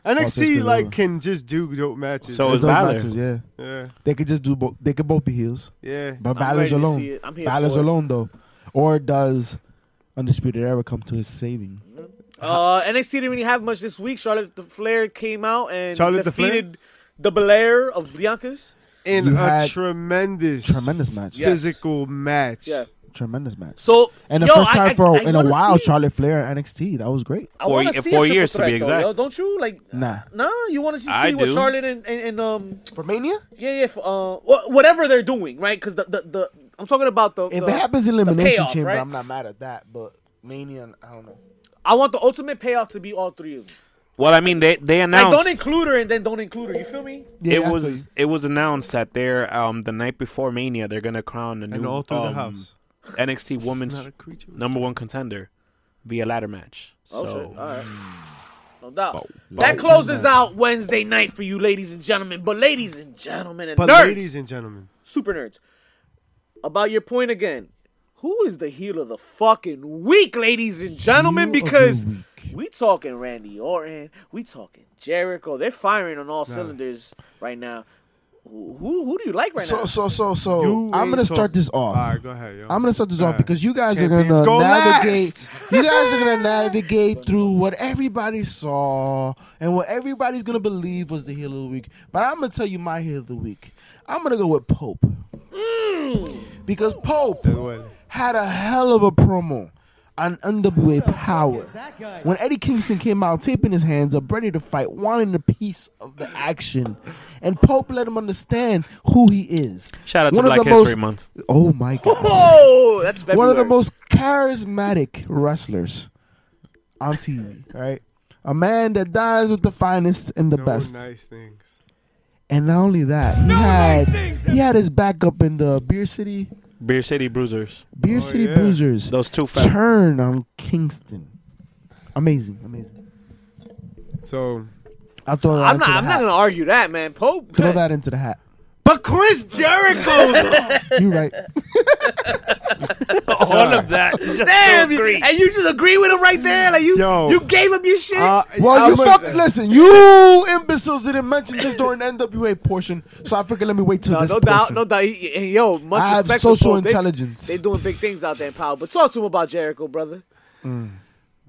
Speaker 3: Walter's
Speaker 5: NXT
Speaker 3: been
Speaker 5: like
Speaker 3: over.
Speaker 5: can just do dope matches.
Speaker 4: So is
Speaker 3: Those
Speaker 4: Balor.
Speaker 3: matches, yeah.
Speaker 5: yeah,
Speaker 3: They could just do both. They could both be heels.
Speaker 5: yeah.
Speaker 3: But
Speaker 2: I'm
Speaker 3: Balor's
Speaker 2: ready to
Speaker 3: alone.
Speaker 2: see it. I'm here
Speaker 3: Balor's
Speaker 2: for it.
Speaker 3: alone though. Or does Undisputed Era come to his saving?
Speaker 2: Uh, NXT didn't really have much this week. Charlotte the Flair came out and
Speaker 5: Charlotte the Flair?
Speaker 2: defeated the Belair of Bianca's.
Speaker 5: in
Speaker 3: You
Speaker 5: a
Speaker 3: had
Speaker 5: tremendous,
Speaker 3: Tremendous match.
Speaker 2: Yeah. Yes.
Speaker 5: physical match.
Speaker 2: Yeah.
Speaker 3: Tremendous match.
Speaker 2: So
Speaker 3: And the
Speaker 2: yo,
Speaker 3: first
Speaker 2: I-
Speaker 3: time
Speaker 2: I-
Speaker 3: for
Speaker 2: I
Speaker 3: in a
Speaker 2: wanna
Speaker 3: while,
Speaker 2: see-
Speaker 3: Charlotte Flair and NXT. That was great.
Speaker 2: I
Speaker 4: Four-
Speaker 2: wanna
Speaker 4: uh,
Speaker 2: see a
Speaker 4: four
Speaker 2: triple
Speaker 4: years to be
Speaker 2: threat, though,
Speaker 4: exact.
Speaker 2: yo. don't you like?
Speaker 3: Nah.
Speaker 2: Nah, you want to see
Speaker 4: I
Speaker 2: what
Speaker 4: do.
Speaker 2: Charlotte and, and, and um
Speaker 3: For Mania?
Speaker 2: yeah yeah for, uh wha- whatever they're doing right because the, the the I'm talking about the,
Speaker 3: If
Speaker 2: the
Speaker 3: it happens in Elimination
Speaker 2: payoff,
Speaker 3: Chamber,
Speaker 2: right?
Speaker 3: I'm not mad at that. But Mania, I don't know.
Speaker 2: I want the ultimate payoff to be all three of them.
Speaker 4: Well, I mean, they they
Speaker 2: Like
Speaker 4: announced
Speaker 2: don't include her and then don't include her. You feel me?
Speaker 3: Yeah, I
Speaker 4: it
Speaker 3: feel
Speaker 4: was it was announced that they're um the night before Mania they're gonna crown the new
Speaker 5: And all through the
Speaker 4: um,
Speaker 5: house.
Speaker 4: NXT Women's
Speaker 5: Not a creature. was-
Speaker 4: number one contender via ladder match.
Speaker 2: Oh shit!
Speaker 4: So
Speaker 2: All right. No doubt.
Speaker 4: but-
Speaker 2: that closes out Wednesday night for you, ladies and gentlemen. But ladies and gentlemen and
Speaker 5: But
Speaker 2: nerds,
Speaker 5: ladies and gentlemen,
Speaker 2: super nerds, about your point again. Who is the heel of the fucking week, ladies and gentlemen?
Speaker 3: Heel of the
Speaker 2: Because
Speaker 3: week.
Speaker 2: we talking Randy Orton, we talking Jericho. They're firing on all cylinders right now. Who who, who do you like right
Speaker 3: So
Speaker 2: now?
Speaker 3: so so so
Speaker 5: You
Speaker 3: Oh, I'm
Speaker 5: ain't
Speaker 3: gonna
Speaker 5: talk-
Speaker 3: start this
Speaker 5: all
Speaker 3: off.
Speaker 5: right, go ahead, yo.
Speaker 3: I'm gonna start this off
Speaker 5: Alright.
Speaker 3: because you guys
Speaker 5: Champions
Speaker 3: are gonna
Speaker 5: go
Speaker 3: navigate.
Speaker 5: last.
Speaker 3: You guys are gonna navigate through what everybody saw and what everybody's gonna believe was the heel of the week. But I'm gonna tell you my heel of the week. I'm gonna go with Pope because Pope
Speaker 5: Te duele.
Speaker 3: had a hell of a promo on NWA Power. When Eddie Kingston came out, taping his hands up, ready to fight, wanting a piece of the action, and Pope let him understand who he is.
Speaker 4: shout out to
Speaker 3: One of
Speaker 4: Black
Speaker 3: the
Speaker 4: History
Speaker 3: most-
Speaker 4: Month.
Speaker 3: Oh my god!
Speaker 2: Oh, that's February.
Speaker 3: one of the most charismatic wrestlers on TV, right? A man that dies with the finest and the
Speaker 5: No
Speaker 3: best.
Speaker 5: nice things.
Speaker 3: And not only that, he had he had his backup in the Beer City
Speaker 4: Beer City Bruisers.
Speaker 3: Beer
Speaker 5: Oh,
Speaker 3: City
Speaker 5: yeah.
Speaker 3: Bruisers.
Speaker 4: Those two fat
Speaker 3: Turn on Kingston. Amazing, amazing.
Speaker 5: So,
Speaker 3: I'll throw that
Speaker 2: I'm
Speaker 3: into
Speaker 2: not.
Speaker 3: the
Speaker 2: I'm
Speaker 3: hat.
Speaker 2: not gonna argue that, man. Pope.
Speaker 3: throw that into the hat.
Speaker 5: but Chris Jericho,
Speaker 3: You're right.
Speaker 4: all of that. Just
Speaker 2: Damn,
Speaker 4: so
Speaker 2: you-
Speaker 4: great.
Speaker 2: and you just agree with him right there. Like you,
Speaker 5: Yo.
Speaker 2: you gave him your shit.
Speaker 5: Uh,
Speaker 3: Well,
Speaker 5: I'm
Speaker 3: you
Speaker 5: gonna-
Speaker 3: fuck. Listen, you imbeciles didn't mention this during the NWA portion, so I figured let me wait till
Speaker 2: no,
Speaker 3: this
Speaker 2: no
Speaker 3: portion.
Speaker 2: doubt, no doubt. He- he- yo, much
Speaker 3: I have
Speaker 2: respect to
Speaker 3: social
Speaker 2: Pope. They-
Speaker 3: intelligence.
Speaker 2: They, doing big things out there in power. But talk to him about Jericho, brother.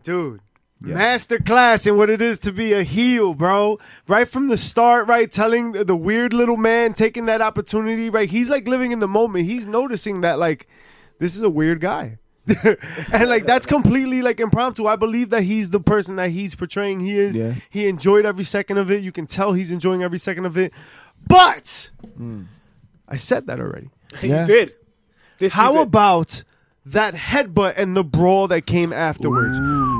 Speaker 5: dude. Master class in what it is to be a heel, bro. Right from the start, right? Telling the, the weird little man, taking that opportunity, right? He's like living in the moment. He's noticing that, like, this is a weird guy. and like that's completely like impromptu. I believe that he's the person that he's portraying. He is.
Speaker 3: Yeah.
Speaker 5: He enjoyed every second of it. You can tell he's enjoying every second of it. But I said that already.
Speaker 3: Yeah.
Speaker 2: You did. This you
Speaker 5: How
Speaker 2: did.
Speaker 5: about that headbutt and the brawl that came afterwards?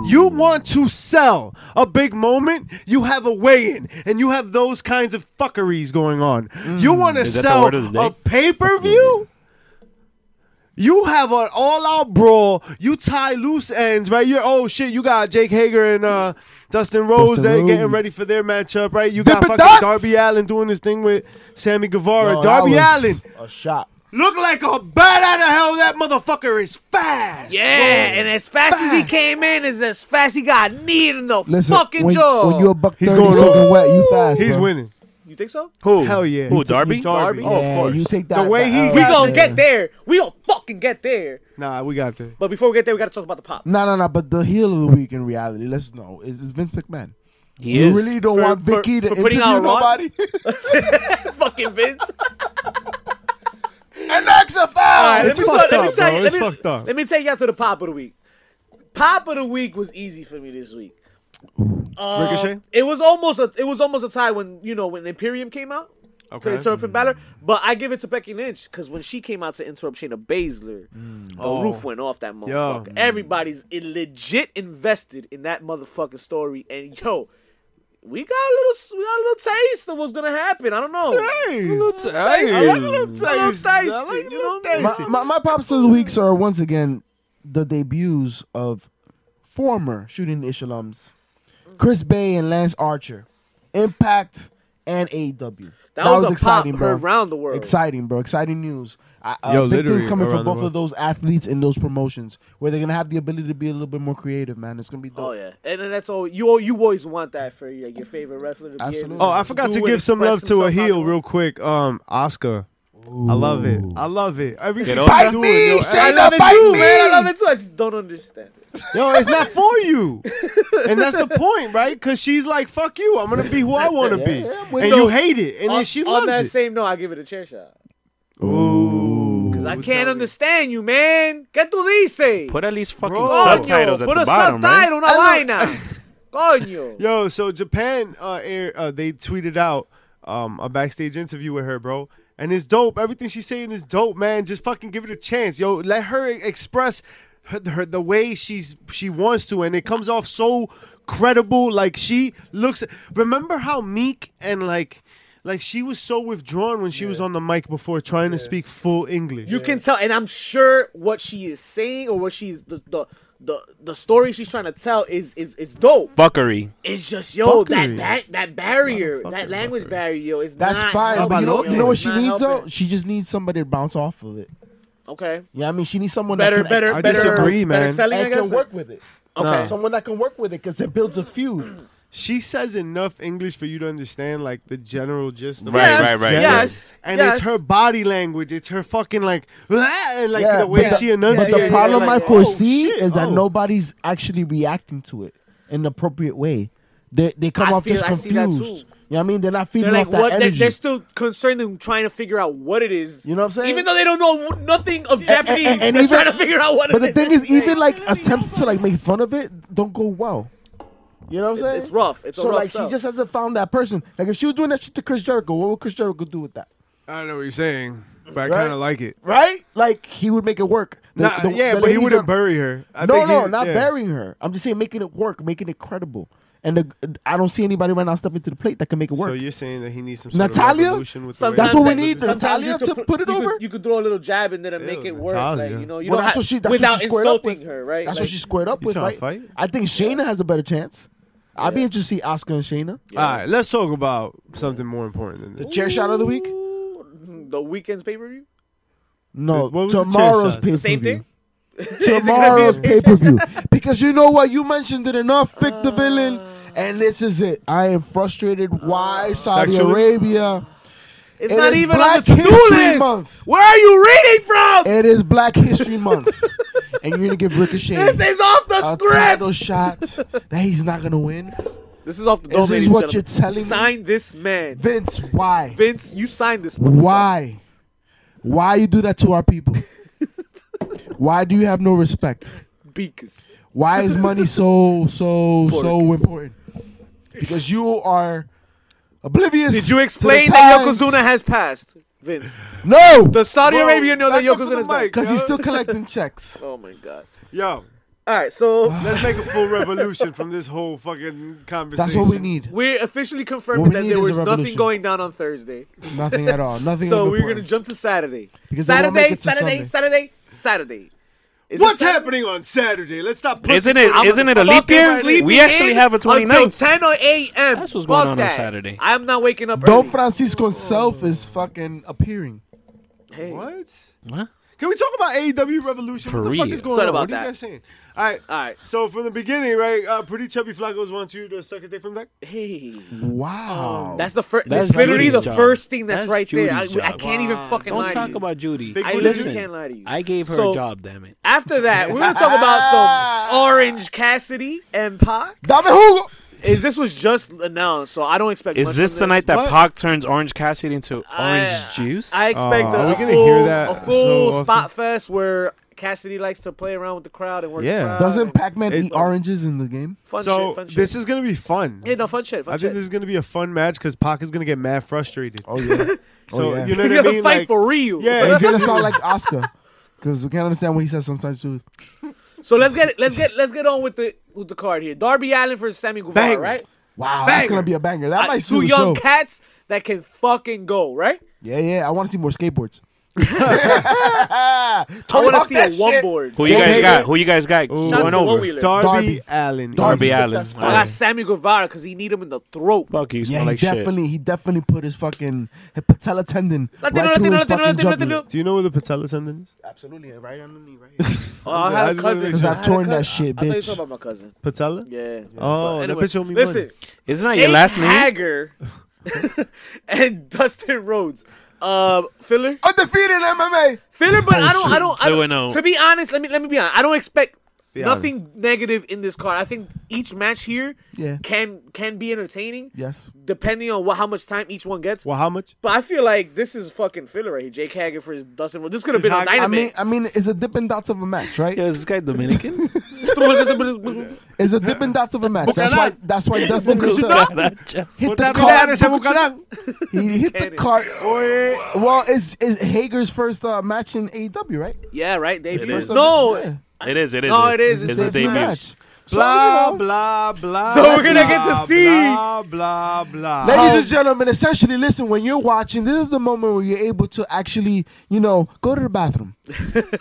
Speaker 5: You want to sell a big moment, you have a weigh in, and you have those kinds of fuckeries going on. you want to
Speaker 4: Mm. Is that the
Speaker 5: sell
Speaker 4: word of the
Speaker 5: a
Speaker 4: day?
Speaker 5: pay per view? You have an all-out brawl. You tie loose ends, right? You're oh shit. You got Jake Hager and uh, Dustin Rhodes.
Speaker 3: Dustin
Speaker 5: They're getting
Speaker 3: Rhodes.
Speaker 5: ready for their matchup, right? You got
Speaker 3: Dippin'
Speaker 5: fucking
Speaker 3: dots!
Speaker 5: Darby Allen doing this thing with Sammy Guevara.
Speaker 3: Oh, that
Speaker 5: Darby
Speaker 3: was
Speaker 5: Allen
Speaker 3: A shot.
Speaker 5: Look like a bat out of hell. That motherfucker is fast.
Speaker 2: Yeah, and as fast as he
Speaker 5: Fast.
Speaker 2: came in, is as fast he got kneed in the
Speaker 3: Listen,
Speaker 2: fucking
Speaker 3: when,
Speaker 2: jaw.
Speaker 3: when you a buck
Speaker 5: He's
Speaker 3: thirty
Speaker 5: going
Speaker 3: soaking
Speaker 5: up.
Speaker 3: wet, you fast.
Speaker 5: He's
Speaker 3: bro.
Speaker 5: winning.
Speaker 2: you think so?
Speaker 4: Who?
Speaker 5: Hell yeah.
Speaker 4: Who?
Speaker 5: He-
Speaker 4: Darby.
Speaker 5: he Darby.
Speaker 2: Darby?
Speaker 4: Oh,
Speaker 3: Yeah,
Speaker 4: of course.
Speaker 3: You take
Speaker 5: The
Speaker 3: that.
Speaker 5: way he
Speaker 3: L.
Speaker 2: We
Speaker 5: got
Speaker 2: gonna
Speaker 5: to.
Speaker 2: get there. We gonna fucking get there.
Speaker 5: Nah, we got there.
Speaker 2: But before we get there, we gotta talk about the pop.
Speaker 3: No, no, no. But the heel of the week in reality, let's know, is, is Vince McMahon.
Speaker 4: He
Speaker 3: you
Speaker 4: is.
Speaker 3: really don't
Speaker 2: For-
Speaker 3: want
Speaker 2: for-
Speaker 3: Vicky
Speaker 2: for
Speaker 3: to
Speaker 2: putting
Speaker 3: interview
Speaker 2: out Ron?
Speaker 3: nobody.
Speaker 2: fucking Vince.
Speaker 3: and that's a
Speaker 2: All right,
Speaker 3: foul.
Speaker 2: let
Speaker 5: It's
Speaker 2: me
Speaker 5: fucked
Speaker 2: tell- let me
Speaker 5: up,
Speaker 2: tell
Speaker 5: bro.
Speaker 2: you-
Speaker 5: It's
Speaker 2: let me-
Speaker 5: fucked up.
Speaker 2: Let me take you out to the pop of the week. Pop of the week was easy for me this week. Uh,
Speaker 5: Ricochet?
Speaker 2: It was almost a it was almost a tie when you know when Imperium came out to
Speaker 5: Okay.
Speaker 2: interrupt Finn Balor, but I give it to Becky Lynch because when she came out to interrupt Shayna Baszler, the
Speaker 5: Oh.
Speaker 2: roof went off that motherfucker. Everybody's legit invested in that motherfucking story, and yo, we got a little we got a little taste of what's gonna happen. I don't know. A little taste, you know?
Speaker 3: My, my, my pops of the weeks are once again the debuts of former shooting ish alums, Chris Bay and Lance Archer, Impact and E AEW.
Speaker 2: That, was, a
Speaker 3: exciting,
Speaker 2: pop
Speaker 3: bro.
Speaker 2: around the world.
Speaker 3: Exciting, bro. Exciting news. I, uh,
Speaker 5: Yo,
Speaker 3: big
Speaker 5: literally
Speaker 3: things coming
Speaker 5: around
Speaker 3: from
Speaker 5: the
Speaker 3: both of those athletes in those promotions where they're going to have the ability to be a little bit more creative, man. It's going to be dope.
Speaker 2: Oh yeah, and then that's all you. al- You always want that for like, your favorite wrestler. To be able
Speaker 3: Absolutely.
Speaker 2: to
Speaker 5: Oh, I forgot
Speaker 2: do
Speaker 5: to
Speaker 2: and
Speaker 5: give some
Speaker 2: express
Speaker 5: love to a
Speaker 2: himself out
Speaker 5: heel
Speaker 2: there.
Speaker 5: real quick. Um, Oscar. I love it. I love it. Every
Speaker 4: Get
Speaker 5: she's
Speaker 4: over it.
Speaker 5: doing,
Speaker 3: Bite me,
Speaker 5: yo,
Speaker 3: Shayna,
Speaker 5: every-
Speaker 2: I love it
Speaker 3: fight
Speaker 2: too,
Speaker 3: me!
Speaker 2: man. I love it too. I just don't understand it.
Speaker 5: Yo, it's not for you. And that's the point, right? Because she's like, fuck you. I'm going to be who I want to
Speaker 3: Yeah,
Speaker 5: be.
Speaker 3: yeah, I'm with
Speaker 5: and
Speaker 3: you.
Speaker 5: you hate it. And
Speaker 2: on,
Speaker 5: then she
Speaker 2: on
Speaker 5: loves
Speaker 2: that
Speaker 5: it.
Speaker 2: same note, I give it a chair shot.
Speaker 5: Ooh.
Speaker 2: Because I
Speaker 5: Tell
Speaker 2: can't
Speaker 5: me.
Speaker 2: understand you, man. ¿Qué tú dices?
Speaker 4: Put at least fucking
Speaker 5: Bro.
Speaker 2: Coño,
Speaker 4: subtitles at
Speaker 2: Put
Speaker 4: the
Speaker 2: a
Speaker 4: bottom, man.
Speaker 2: subtitle, una
Speaker 3: Ah,
Speaker 2: vaina. Coño.
Speaker 5: Yo, so Japan, uh, air, uh, they tweeted out um, a backstage interview with her, bro. And it's dope. Everything she's saying is dope, man. Just fucking give it a chance, yo. Let her express her, her the way she's she wants to, and it comes off so credible. Like she looks. Remember how meek and like. Like she was so withdrawn when she was on the mic before trying to speak full English.
Speaker 2: You can tell, and I'm sure what she is saying or what she's the the the, the story she's trying to tell is is is dope.
Speaker 4: Fuckery.
Speaker 2: It's just yo
Speaker 5: Fuckery.
Speaker 2: that that that barrier,
Speaker 4: Motherfucking
Speaker 2: that language barrier, yo, is
Speaker 3: That's
Speaker 2: not
Speaker 3: fine.
Speaker 2: helping,
Speaker 3: But you know,
Speaker 2: yo.
Speaker 3: you know what
Speaker 2: It's
Speaker 3: she
Speaker 2: not
Speaker 3: needs though?
Speaker 2: helping.
Speaker 3: She just needs somebody to bounce off of it.
Speaker 2: Okay,
Speaker 3: Yeah, I mean, she needs someone
Speaker 2: better,
Speaker 3: that can
Speaker 2: better,
Speaker 3: ex-
Speaker 5: I
Speaker 2: better,
Speaker 5: disagree, man.
Speaker 2: better selling. I
Speaker 3: and
Speaker 2: guess.
Speaker 3: can work with it.
Speaker 2: Okay.
Speaker 3: someone that can work with it because it builds a feud.
Speaker 5: she says enough English for you to understand like the general gist. Of
Speaker 4: Right,
Speaker 5: what
Speaker 2: yes,
Speaker 4: right,
Speaker 5: she's
Speaker 4: right.
Speaker 5: getting.
Speaker 2: Yes,
Speaker 5: and
Speaker 2: yes.
Speaker 5: it's her body language. It's her fucking like, "Ah," and like
Speaker 3: Yeah,
Speaker 5: the way
Speaker 3: but the-
Speaker 5: she
Speaker 3: But
Speaker 5: enunciates.
Speaker 3: the
Speaker 5: it,
Speaker 3: problem
Speaker 5: like,
Speaker 3: I
Speaker 5: "Oh,
Speaker 3: foresee
Speaker 5: shit,
Speaker 3: is that
Speaker 5: oh."
Speaker 3: nobody's actually reacting to it in an appropriate way. They they come
Speaker 2: I
Speaker 3: off
Speaker 2: feel-
Speaker 3: just
Speaker 2: I see that too.
Speaker 3: confused. You know what I mean? They're not feeding
Speaker 2: They're like
Speaker 3: off that
Speaker 2: what? They're,
Speaker 3: energy.
Speaker 2: they're still concerned in trying to figure out what it is.
Speaker 3: You know what I'm saying?
Speaker 2: Even though they don't know nothing of Japanese,
Speaker 3: and- and
Speaker 2: they're
Speaker 3: even-
Speaker 2: trying to figure out what.
Speaker 3: but
Speaker 2: it
Speaker 3: the thing is,
Speaker 2: It's insane.
Speaker 3: even like attempts to like make fun of it don't go well. You know what I'm
Speaker 2: It's-
Speaker 3: saying?
Speaker 2: it's rough. It's a
Speaker 3: so
Speaker 2: rough
Speaker 3: like
Speaker 2: sell.
Speaker 3: she just hasn't found that person. Like if she was doing that shit to Chris Jericho, what would Chris Jericho do with that?
Speaker 5: I know what you're saying, but I
Speaker 3: Right?
Speaker 5: kind of like it.
Speaker 3: Right? Like he would make it work. The-
Speaker 5: Nah,
Speaker 3: the-
Speaker 5: yeah,
Speaker 3: the
Speaker 5: but he
Speaker 3: ladies
Speaker 5: wouldn't
Speaker 3: on-
Speaker 5: bury her. I
Speaker 3: no,
Speaker 5: think he-
Speaker 3: no, not
Speaker 5: yeah.
Speaker 3: burying her. I'm just saying making it work, making it credible. And the, I don't see anybody right now stepping to the plate that can make it work.
Speaker 5: So you're saying that he needs some sort
Speaker 3: Natalia?
Speaker 5: of revolution with the way
Speaker 2: Sometimes
Speaker 3: That's what we
Speaker 2: that-
Speaker 5: he
Speaker 3: need,
Speaker 5: looks.
Speaker 2: sometimes
Speaker 3: Natalia
Speaker 2: you could
Speaker 3: to put it
Speaker 2: you could-
Speaker 3: over?
Speaker 2: you could throw a little jab in there and
Speaker 5: Ew,
Speaker 2: make it work.
Speaker 5: Natalia.
Speaker 2: Like, you know, you
Speaker 3: Well,
Speaker 2: don't
Speaker 3: that's
Speaker 2: have,
Speaker 3: what she- that's what she
Speaker 2: without
Speaker 3: squared up with.
Speaker 2: insulting her, right?
Speaker 3: That's
Speaker 2: Like,
Speaker 3: what she squared up
Speaker 5: You
Speaker 3: with,
Speaker 5: tryna
Speaker 3: right?
Speaker 5: fight?
Speaker 3: I think Shayna has a better chance. I'd be interested to see Oscar and Shayna.
Speaker 5: All right, let's talk about something more important than
Speaker 3: The
Speaker 5: this.
Speaker 3: chair shot of the week?
Speaker 2: Ooh, the weekend's pay per view.
Speaker 3: No,
Speaker 5: What was the chair
Speaker 3: tomorrow's
Speaker 5: shot?
Speaker 3: pay per view.
Speaker 2: Same thing.
Speaker 3: Tomorrow's pay per view. Because you know what? You mentioned it enough. Pick
Speaker 2: Uh.
Speaker 3: the villain, and this is it. I am frustrated. Why Saudi
Speaker 5: Uh. Sexually?
Speaker 3: Arabia?
Speaker 2: It's
Speaker 3: It
Speaker 2: not
Speaker 3: is
Speaker 2: even
Speaker 3: Black
Speaker 2: on the to-do
Speaker 3: History
Speaker 2: list.
Speaker 3: Month.
Speaker 2: Where are you reading from?
Speaker 3: It is Black History Month, and you're gonna give Ricochet
Speaker 2: this is off the
Speaker 3: a
Speaker 2: script.
Speaker 3: title shot that he's not gonna win.
Speaker 2: This is off the
Speaker 3: Is
Speaker 2: dome.
Speaker 3: this
Speaker 2: ladies and
Speaker 3: what
Speaker 2: gentlemen.
Speaker 3: you're telling me?
Speaker 2: Sign this man,
Speaker 3: Vince, why?
Speaker 2: Vince. You signed this. motherfucker.
Speaker 3: Why? Why you do that to our people? Why do you have no respect?
Speaker 2: Because
Speaker 3: Why is money so so so important? Because you are oblivious.
Speaker 2: did you
Speaker 3: to the
Speaker 2: explain that
Speaker 3: times.
Speaker 2: Yokozuna has passed, Vince?
Speaker 3: no?
Speaker 2: Does Saudi
Speaker 5: Bro,
Speaker 2: Arabia know that
Speaker 5: back up to the mic.
Speaker 2: Yokozuna's back?
Speaker 3: Because he's still collecting checks.
Speaker 2: Oh my god.
Speaker 5: Yo,
Speaker 2: All right, so
Speaker 5: let's make a full revolution from this whole fucking conversation.
Speaker 3: That's what we need.
Speaker 2: we're officially
Speaker 3: What
Speaker 2: confirming
Speaker 3: we
Speaker 2: that
Speaker 3: need
Speaker 2: there
Speaker 3: is
Speaker 2: was
Speaker 3: a
Speaker 2: nothing
Speaker 3: revolution.
Speaker 2: going down on Thursday.
Speaker 3: Nothing at all. Nothing.
Speaker 2: So
Speaker 3: of
Speaker 2: we're gonna
Speaker 3: importance.
Speaker 2: jump to Saturday.
Speaker 3: Because they won't make
Speaker 2: Saturday,
Speaker 3: it
Speaker 2: Saturday,
Speaker 3: to Sunday.
Speaker 2: Saturday, Saturday. Is it
Speaker 5: What's
Speaker 2: Saturday?
Speaker 5: happening on Saturday? Let's stop. pussy
Speaker 4: Isn't it?
Speaker 2: I'm
Speaker 4: Isn't it a
Speaker 2: fucking
Speaker 4: leap year?
Speaker 2: sleeping
Speaker 4: We actually
Speaker 2: in
Speaker 4: have a
Speaker 2: until
Speaker 4: 29th.
Speaker 2: 10 or a.m.
Speaker 4: That's
Speaker 2: Fuck
Speaker 4: what's going on on
Speaker 2: that.
Speaker 4: Saturday.
Speaker 2: I'm not waking up
Speaker 3: Don
Speaker 2: early.
Speaker 3: Francisco himself is fucking appearing.
Speaker 2: Hey.
Speaker 5: What?
Speaker 4: Huh?
Speaker 5: Can we talk about AEW Revolution?
Speaker 4: For
Speaker 5: what the fuck
Speaker 4: real.
Speaker 5: is going
Speaker 2: Sorry
Speaker 5: on?
Speaker 2: about
Speaker 5: what are
Speaker 2: that.
Speaker 5: you guys saying? All right.
Speaker 2: All right.
Speaker 5: So from the beginning, right? Uh, pretty chubby Flacco's wants you to suck his dick from the back.
Speaker 2: Hey.
Speaker 3: Wow.
Speaker 2: Oh, That's the first.
Speaker 4: That's
Speaker 2: That's literally
Speaker 4: Judy's
Speaker 2: the
Speaker 4: job.
Speaker 2: first thing that's,
Speaker 4: That's
Speaker 2: right
Speaker 4: Judy's
Speaker 2: there. I, I
Speaker 4: job.
Speaker 2: can't even fucking lie
Speaker 4: Don't
Speaker 2: to
Speaker 4: talk
Speaker 2: you.
Speaker 4: about Judy.
Speaker 5: Big
Speaker 2: I
Speaker 5: booty
Speaker 2: literally
Speaker 5: Judy.
Speaker 2: can't lie to you.
Speaker 4: I gave her
Speaker 2: So-
Speaker 4: a job. Damn it.
Speaker 2: After that, we're gonna talk about some Orange Cassidy and Pac.
Speaker 3: David Hugo.
Speaker 2: Is this was just announced, so I don't expect. much
Speaker 4: Is
Speaker 2: from
Speaker 4: this the night that
Speaker 5: What?
Speaker 4: Pac turns Orange Cassidy into
Speaker 2: I-
Speaker 4: orange juice?
Speaker 2: I expect
Speaker 5: Oh,
Speaker 2: a,
Speaker 5: are we
Speaker 2: a
Speaker 5: gonna
Speaker 2: full,
Speaker 5: hear that
Speaker 2: a full
Speaker 5: so often?
Speaker 2: spot fest where Cassidy likes to play around with the crowd and work.
Speaker 5: Yeah.
Speaker 2: the crowd
Speaker 3: Doesn't
Speaker 2: and
Speaker 3: Pac-Man
Speaker 5: It-
Speaker 3: eat oranges in the game?
Speaker 2: fun
Speaker 5: so
Speaker 2: shit, fun shit.
Speaker 5: this is gonna be fun.
Speaker 2: yeah, no fun shit. Fun
Speaker 5: I
Speaker 2: shit.
Speaker 5: think this is gonna be a fun match because Pac is gonna get mad frustrated.
Speaker 3: Oh yeah.
Speaker 5: so
Speaker 3: oh, yeah.
Speaker 5: you know
Speaker 2: You're
Speaker 5: what I
Speaker 2: gonna
Speaker 5: mean?
Speaker 2: fight
Speaker 5: Like,
Speaker 2: for real.
Speaker 5: Yeah.
Speaker 3: And he's gonna sound like Oscar. Because we can't understand what he says sometimes too.
Speaker 2: So let's get let's get let's get on with the with the card here. Darby Allen versus Sammy Guevara,
Speaker 5: Banger.
Speaker 2: right?
Speaker 3: Wow, that's
Speaker 5: Banger.
Speaker 3: gonna be a banger. That
Speaker 2: Uh,
Speaker 3: might
Speaker 2: two
Speaker 3: steal the
Speaker 2: young
Speaker 3: show.
Speaker 2: cats that can fucking go, right?
Speaker 3: yeah, yeah. I want to see more skateboards.
Speaker 2: I want to
Speaker 3: Talk
Speaker 2: see
Speaker 3: that
Speaker 2: a one
Speaker 3: shit.
Speaker 2: board.
Speaker 4: Who you
Speaker 5: Jake
Speaker 4: guys
Speaker 5: Hager.
Speaker 4: got? Who you guys got?
Speaker 2: Shout out
Speaker 4: Going
Speaker 2: to
Speaker 4: over.
Speaker 2: one-wheeler.
Speaker 5: Darby,
Speaker 3: Darby.
Speaker 5: Allen.
Speaker 3: Darby.
Speaker 4: Darby
Speaker 3: That's
Speaker 4: Allen.
Speaker 3: fine.
Speaker 2: I
Speaker 4: Alright.
Speaker 2: got Sammy Guevara because he need him in the throat.
Speaker 4: Fuck you. you
Speaker 3: Yeah,
Speaker 4: Smell
Speaker 3: he
Speaker 4: like shit.
Speaker 3: definitely, he definitely put his fucking his patella tendon
Speaker 2: Latino,
Speaker 3: right through
Speaker 2: Latino,
Speaker 3: his
Speaker 2: Latino,
Speaker 3: fucking
Speaker 2: Latino,
Speaker 3: jugular.
Speaker 5: Do you know where the patella tendon is?
Speaker 3: Absolutely, right on the knee, right here.
Speaker 2: Oh, I
Speaker 5: I
Speaker 2: had a
Speaker 5: just wanna
Speaker 2: cousin.
Speaker 5: make
Speaker 3: Because
Speaker 5: sure.
Speaker 2: I
Speaker 3: I've
Speaker 2: had a
Speaker 3: torn
Speaker 2: cou-
Speaker 3: that shit,
Speaker 2: I thought you were talking
Speaker 3: bitch.
Speaker 2: about my cousin.
Speaker 5: Patella?
Speaker 2: Yeah.
Speaker 5: Oh,
Speaker 2: But
Speaker 5: that
Speaker 2: anyway,
Speaker 5: bitch owe me
Speaker 2: Listen,
Speaker 5: money.
Speaker 4: Isn't that
Speaker 2: Jake
Speaker 4: your last name?
Speaker 2: Hager and Dustin Rhodes uh filler.
Speaker 3: Undefeated in MMA.
Speaker 2: Filler, but I don't, I don't, I
Speaker 4: So
Speaker 2: don't.
Speaker 4: I know.
Speaker 2: To be honest, let me let me be honest. I don't expect
Speaker 5: Be
Speaker 2: nothing negative in this card. I think each match here
Speaker 3: Yeah.
Speaker 2: can can be entertaining,
Speaker 3: Yes.
Speaker 2: depending on what how much time each one gets.
Speaker 5: Well, how much?
Speaker 2: But I feel like this is fucking filler right here. Jake Hager for his Dustin Rhodes. This could have been on
Speaker 5: Hager- I
Speaker 3: I mean,
Speaker 2: Dynamite.
Speaker 3: I mean, it's a dip and dots of a match, right?
Speaker 4: Yo, is this guy Dominican?
Speaker 3: It's a dip and dots of a match. That's why. That's why Dustin hit the, hit the
Speaker 5: Puta
Speaker 3: card.
Speaker 5: madre, se buscarán.
Speaker 3: He hit the card. Well, it's, it's Hager's first uh, match in AEW, right?
Speaker 2: yeah, right. Debut.
Speaker 4: is.
Speaker 2: No,
Speaker 3: Yeah.
Speaker 4: it is. It is.
Speaker 2: No, it is,
Speaker 4: It's
Speaker 2: it's
Speaker 4: his
Speaker 3: First
Speaker 4: debut.
Speaker 3: match. So,
Speaker 5: Blah
Speaker 3: you know,
Speaker 5: blah blah.
Speaker 2: So we're gonna get
Speaker 5: blah,
Speaker 2: to see-
Speaker 5: Blah blah blah.
Speaker 3: Ladies and gentlemen, essentially, listen, when you're watching, this is the moment where you're able to actually, you know, go to the bathroom,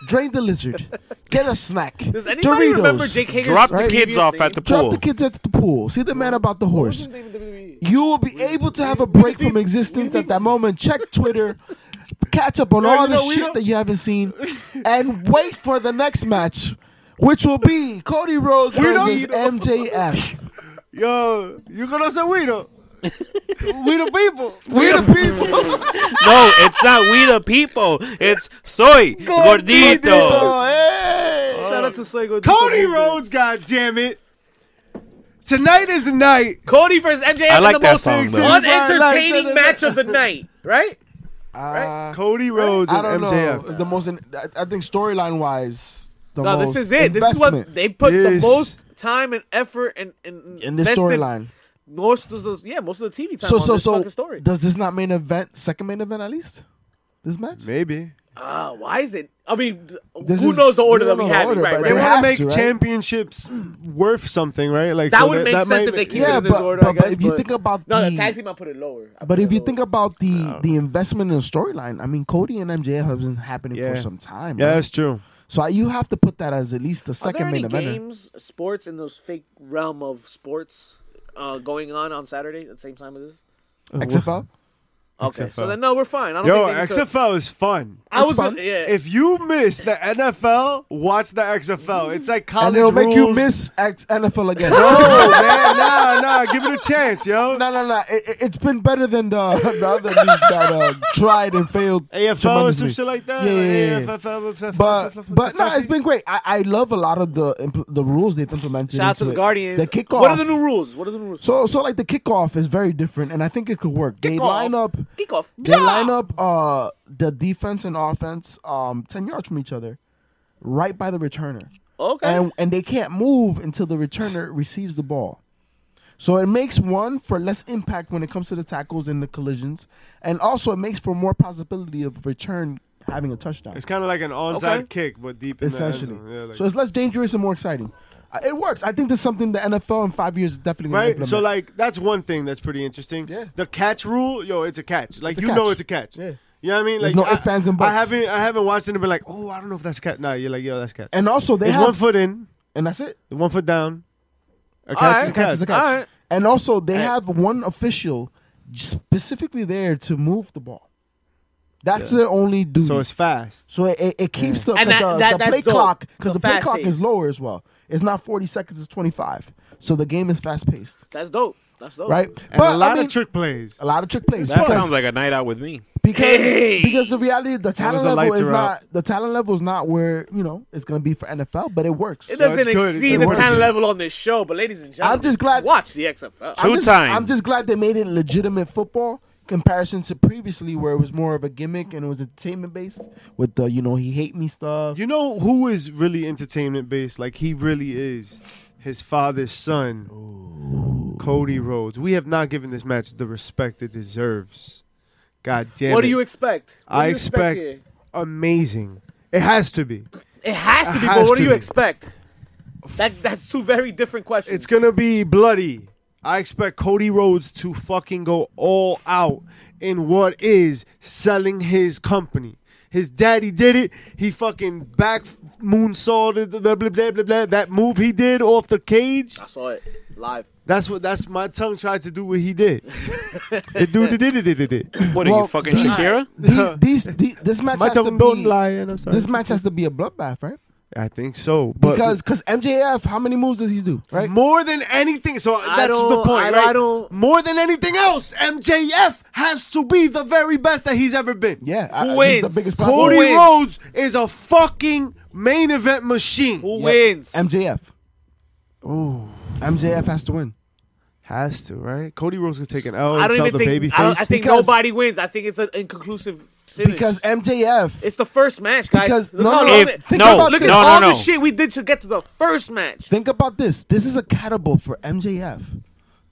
Speaker 3: drain the lizard, get a snack.
Speaker 2: does anybody
Speaker 3: Doritos,
Speaker 2: remember Jake Hager's
Speaker 4: Drop the
Speaker 3: Right.
Speaker 4: kids
Speaker 2: previous
Speaker 4: off
Speaker 2: name?
Speaker 4: at the
Speaker 3: Drop
Speaker 4: pool.
Speaker 3: the kids at the pool. See the man about the horse.
Speaker 2: WWE.
Speaker 3: You will be able to have a break from existence at that moment. Check Twitter, catch up on
Speaker 5: No,
Speaker 3: all
Speaker 5: you
Speaker 3: the
Speaker 5: know, we
Speaker 3: shit
Speaker 5: don't-
Speaker 3: that you haven't seen, and wait for the next match, which will be Cody Rhodes
Speaker 5: don't-
Speaker 3: versus MJF.
Speaker 5: Yo, you conoce Guido? we the people.
Speaker 3: We the people.
Speaker 4: no, it's not we the people. It's soy gordito.
Speaker 3: Oh, hey.
Speaker 2: Shout out to Soigo.
Speaker 5: Cody Rhodes, God damn it. Tonight is the night.
Speaker 2: Cody versus MJF.
Speaker 4: I like
Speaker 2: the
Speaker 4: that
Speaker 2: most
Speaker 4: song, though.
Speaker 2: Unentertaining match of the night, right?
Speaker 3: Uh,
Speaker 5: Cody Rhodes
Speaker 3: I don't
Speaker 5: and MJF.
Speaker 3: know. The most, in, I, I think storyline wise, the
Speaker 2: No,
Speaker 3: most
Speaker 2: this is it. This is what
Speaker 3: investment
Speaker 2: they put
Speaker 5: Yes.
Speaker 2: the most time and effort and and
Speaker 3: in this
Speaker 2: invested
Speaker 3: storyline.
Speaker 2: Most of those, yeah, most of the TV time.
Speaker 3: So,
Speaker 2: on
Speaker 3: so,
Speaker 2: this
Speaker 3: so,
Speaker 2: fucking story.
Speaker 3: does this not main event, second main event at least? This match?
Speaker 5: Maybe
Speaker 2: Ah, why is it? I mean,
Speaker 3: This
Speaker 2: who
Speaker 3: is-
Speaker 2: knows the
Speaker 3: we
Speaker 2: order that we
Speaker 3: don't know the
Speaker 2: have? it,
Speaker 3: order,
Speaker 2: right,
Speaker 3: but
Speaker 5: they
Speaker 3: It
Speaker 2: right.
Speaker 5: want to make
Speaker 3: has to, right?
Speaker 5: championships worth something, right? Like
Speaker 2: That
Speaker 5: so
Speaker 2: would make
Speaker 5: that
Speaker 2: sense
Speaker 5: might
Speaker 2: if they
Speaker 5: make-
Speaker 2: keep
Speaker 3: Yeah,
Speaker 2: it in this
Speaker 3: but-
Speaker 2: order.
Speaker 3: but-
Speaker 2: I
Speaker 3: but
Speaker 2: guess,
Speaker 3: if you think about
Speaker 2: no,
Speaker 3: the-
Speaker 2: the tag team, I put it lower. I
Speaker 3: But
Speaker 2: put
Speaker 3: if
Speaker 2: it
Speaker 3: you
Speaker 2: lower.
Speaker 3: think about the the investment in storyline, I mean, Cody and MJF have been happening
Speaker 5: Yeah.
Speaker 3: for some time.
Speaker 5: Yeah,
Speaker 3: right?
Speaker 5: that's true.
Speaker 3: So I- you have to put that as at least the
Speaker 2: are there
Speaker 3: second main
Speaker 2: any
Speaker 3: event.
Speaker 2: games, sports in those fake realm of sports uh, going on on Saturday at the same time as this?
Speaker 3: XFL.
Speaker 2: Okay, so
Speaker 5: XFL.
Speaker 2: then no, we're fine. I don't
Speaker 5: Yo,
Speaker 2: think they need to-
Speaker 5: XFL is fun.
Speaker 2: I was
Speaker 3: It's fun.
Speaker 2: yeah.
Speaker 5: If you miss the NFL, watch the XFL. It's like college
Speaker 3: And it'll make you
Speaker 5: rules.
Speaker 3: miss X- NFL again.
Speaker 5: Oh man, nah, nah, give it a chance, yo.
Speaker 3: No, no, no. It, it- it's been better than the, the other league that uh, tried and failed.
Speaker 5: AFL or some
Speaker 3: tremendously.
Speaker 5: shit like that.
Speaker 3: Yeah, yeah, yeah.
Speaker 5: AFFL,
Speaker 3: But but no, it's been great. I, I love a lot of the impl- the rules they've implemented.
Speaker 2: Shout out to
Speaker 3: into
Speaker 2: the
Speaker 3: it.
Speaker 2: Guardians.
Speaker 3: The kickoff.
Speaker 2: What are the new rules? What are the new rules?
Speaker 3: so so like the kickoff is very different, and I think it could work. They
Speaker 5: Kickoff.
Speaker 3: line up.
Speaker 2: Kickoff.
Speaker 3: They line up uh the defense and offense um ten yards from each other, right by the returner,
Speaker 2: Okay.
Speaker 3: and and they can't move until the returner receives the ball. So it makes one for less impact when it comes to the tackles and the collisions, and also it makes for more possibility of return having a touchdown.
Speaker 5: It's kind of like an onside
Speaker 2: Okay.
Speaker 5: kick, but deep in the end
Speaker 3: essentially.
Speaker 5: zone. Yeah, like-
Speaker 3: so it's less dangerous and more exciting. Uh, It works. I think this is something the NFL in five years is definitely gonna
Speaker 5: Right,
Speaker 3: Implement.
Speaker 5: so like that's one thing that's pretty interesting.
Speaker 3: Yeah.
Speaker 5: The catch rule, yo, it's a catch. Like
Speaker 3: a
Speaker 5: you know,
Speaker 3: catch.
Speaker 5: it's a catch.
Speaker 3: Yeah.
Speaker 5: You know what I mean?
Speaker 3: There's
Speaker 5: Like
Speaker 3: no
Speaker 5: I,
Speaker 3: ifs, ands, and
Speaker 5: I
Speaker 3: buts.
Speaker 5: haven't, I haven't watched it and been like, oh, I don't know if that's catch. Nah, you're like, yo, that's catch.
Speaker 3: and also they
Speaker 5: it's
Speaker 3: have,
Speaker 5: one foot in,
Speaker 3: and that's it.
Speaker 5: one foot down. A catch
Speaker 2: right.
Speaker 5: is a
Speaker 3: Catch
Speaker 5: catch.
Speaker 3: is a catch.
Speaker 2: Alright.
Speaker 3: And also they have one official specifically there to move the ball. That's the only duty.
Speaker 5: So it's fast.
Speaker 3: So it, it, it keeps the,
Speaker 2: And
Speaker 3: 'cause
Speaker 2: that-
Speaker 3: the,
Speaker 2: that-
Speaker 3: the
Speaker 2: that's
Speaker 3: play
Speaker 2: dope.
Speaker 3: clock because
Speaker 2: The
Speaker 3: the play
Speaker 2: fast
Speaker 3: clock is
Speaker 2: pace.
Speaker 3: lower as well. It's not forty seconds; it's twenty five. So the game is fast paced,
Speaker 2: That's dope. That's dope.
Speaker 3: right?
Speaker 5: And a lot of trick plays.
Speaker 3: a lot of trick plays.
Speaker 4: That
Speaker 3: because-
Speaker 4: sounds like a night out with me.
Speaker 3: because
Speaker 2: Hey!
Speaker 3: because the reality the talent
Speaker 5: the
Speaker 3: level
Speaker 5: lights
Speaker 3: is
Speaker 5: are
Speaker 3: not
Speaker 5: out.
Speaker 3: the talent level is not where you know it's gonna be for NFL, but it works.
Speaker 2: It
Speaker 5: No, it's
Speaker 2: doesn't
Speaker 5: good. It's-
Speaker 2: exceed
Speaker 5: it
Speaker 2: the
Speaker 5: works.
Speaker 2: talent level on this show, but ladies and gentlemen,
Speaker 3: I'm just glad-
Speaker 2: watch the XFL.
Speaker 3: I'm
Speaker 4: Two
Speaker 3: just-
Speaker 4: time.
Speaker 3: I'm just glad they made it legitimate football comparison to previously where it was more of a gimmick and it was entertainment based with the you know he hate me stuff.
Speaker 5: You know who is really entertainment based? Like he really is his father's son, Cody Rhodes. We have not given this match the respect it deserves. God damn
Speaker 2: what
Speaker 5: it.
Speaker 2: do you expect? What
Speaker 5: I
Speaker 2: do you
Speaker 5: expect
Speaker 2: here?
Speaker 5: amazing. It has to be.
Speaker 2: It has to be,
Speaker 5: has
Speaker 2: but what
Speaker 5: to
Speaker 2: do you
Speaker 5: be.
Speaker 2: expect? That that's two very different questions.
Speaker 5: It's gonna be bloody. I expect Cody Rhodes to fucking go all out in what is selling his company. His daddy did it. He fucking back moonsaulted the blah, blah, blah, blah, blah. that move he did off the cage.
Speaker 2: I saw it live.
Speaker 5: That's what that's my tongue tried to do what he did. It do did it did it did.
Speaker 4: What are
Speaker 3: Well,
Speaker 4: you fucking
Speaker 3: see-
Speaker 4: Shakira?
Speaker 3: These, these, the- this match
Speaker 5: My
Speaker 3: has to
Speaker 5: tongue don't
Speaker 3: be
Speaker 5: lie, and I'm sorry.
Speaker 3: this match has to be a bloodbath, right?
Speaker 5: I think so, but
Speaker 3: because because MJF, how many moves does he do? Right?
Speaker 5: more than anything, so
Speaker 2: I
Speaker 5: that's the
Speaker 2: don't-
Speaker 5: point,
Speaker 2: I- I
Speaker 5: right?
Speaker 2: don't-
Speaker 5: more than anything else, MJF has to be the very best that he's ever been.
Speaker 3: Yeah, I-
Speaker 2: Who
Speaker 3: he's
Speaker 2: wins?
Speaker 3: the biggest
Speaker 2: Who
Speaker 3: problem.
Speaker 5: Cody
Speaker 2: wins?
Speaker 5: Rhodes is a fucking main event machine.
Speaker 2: Who
Speaker 3: Yep.
Speaker 2: wins?
Speaker 3: MJF. Oh, MJF has to win.
Speaker 5: Has to, right? Cody Rhodes could take an L
Speaker 2: I
Speaker 5: and
Speaker 2: don't
Speaker 5: sell
Speaker 2: even
Speaker 5: the
Speaker 2: think.
Speaker 5: baby
Speaker 2: I, don't-
Speaker 5: face.
Speaker 2: I think
Speaker 3: because-
Speaker 2: nobody wins. I think it's an inconclusive finish.
Speaker 3: Because MJF,
Speaker 2: it's the first match, guys.
Speaker 3: Because-
Speaker 2: look
Speaker 3: no,
Speaker 2: how
Speaker 3: no,
Speaker 2: long
Speaker 4: If-
Speaker 2: it-
Speaker 3: think
Speaker 4: no,
Speaker 3: about
Speaker 2: look
Speaker 3: this.
Speaker 2: at
Speaker 4: no,
Speaker 2: all
Speaker 4: no.
Speaker 2: the shit we did to get to the first match.
Speaker 3: think about this. This is a catapult for MJF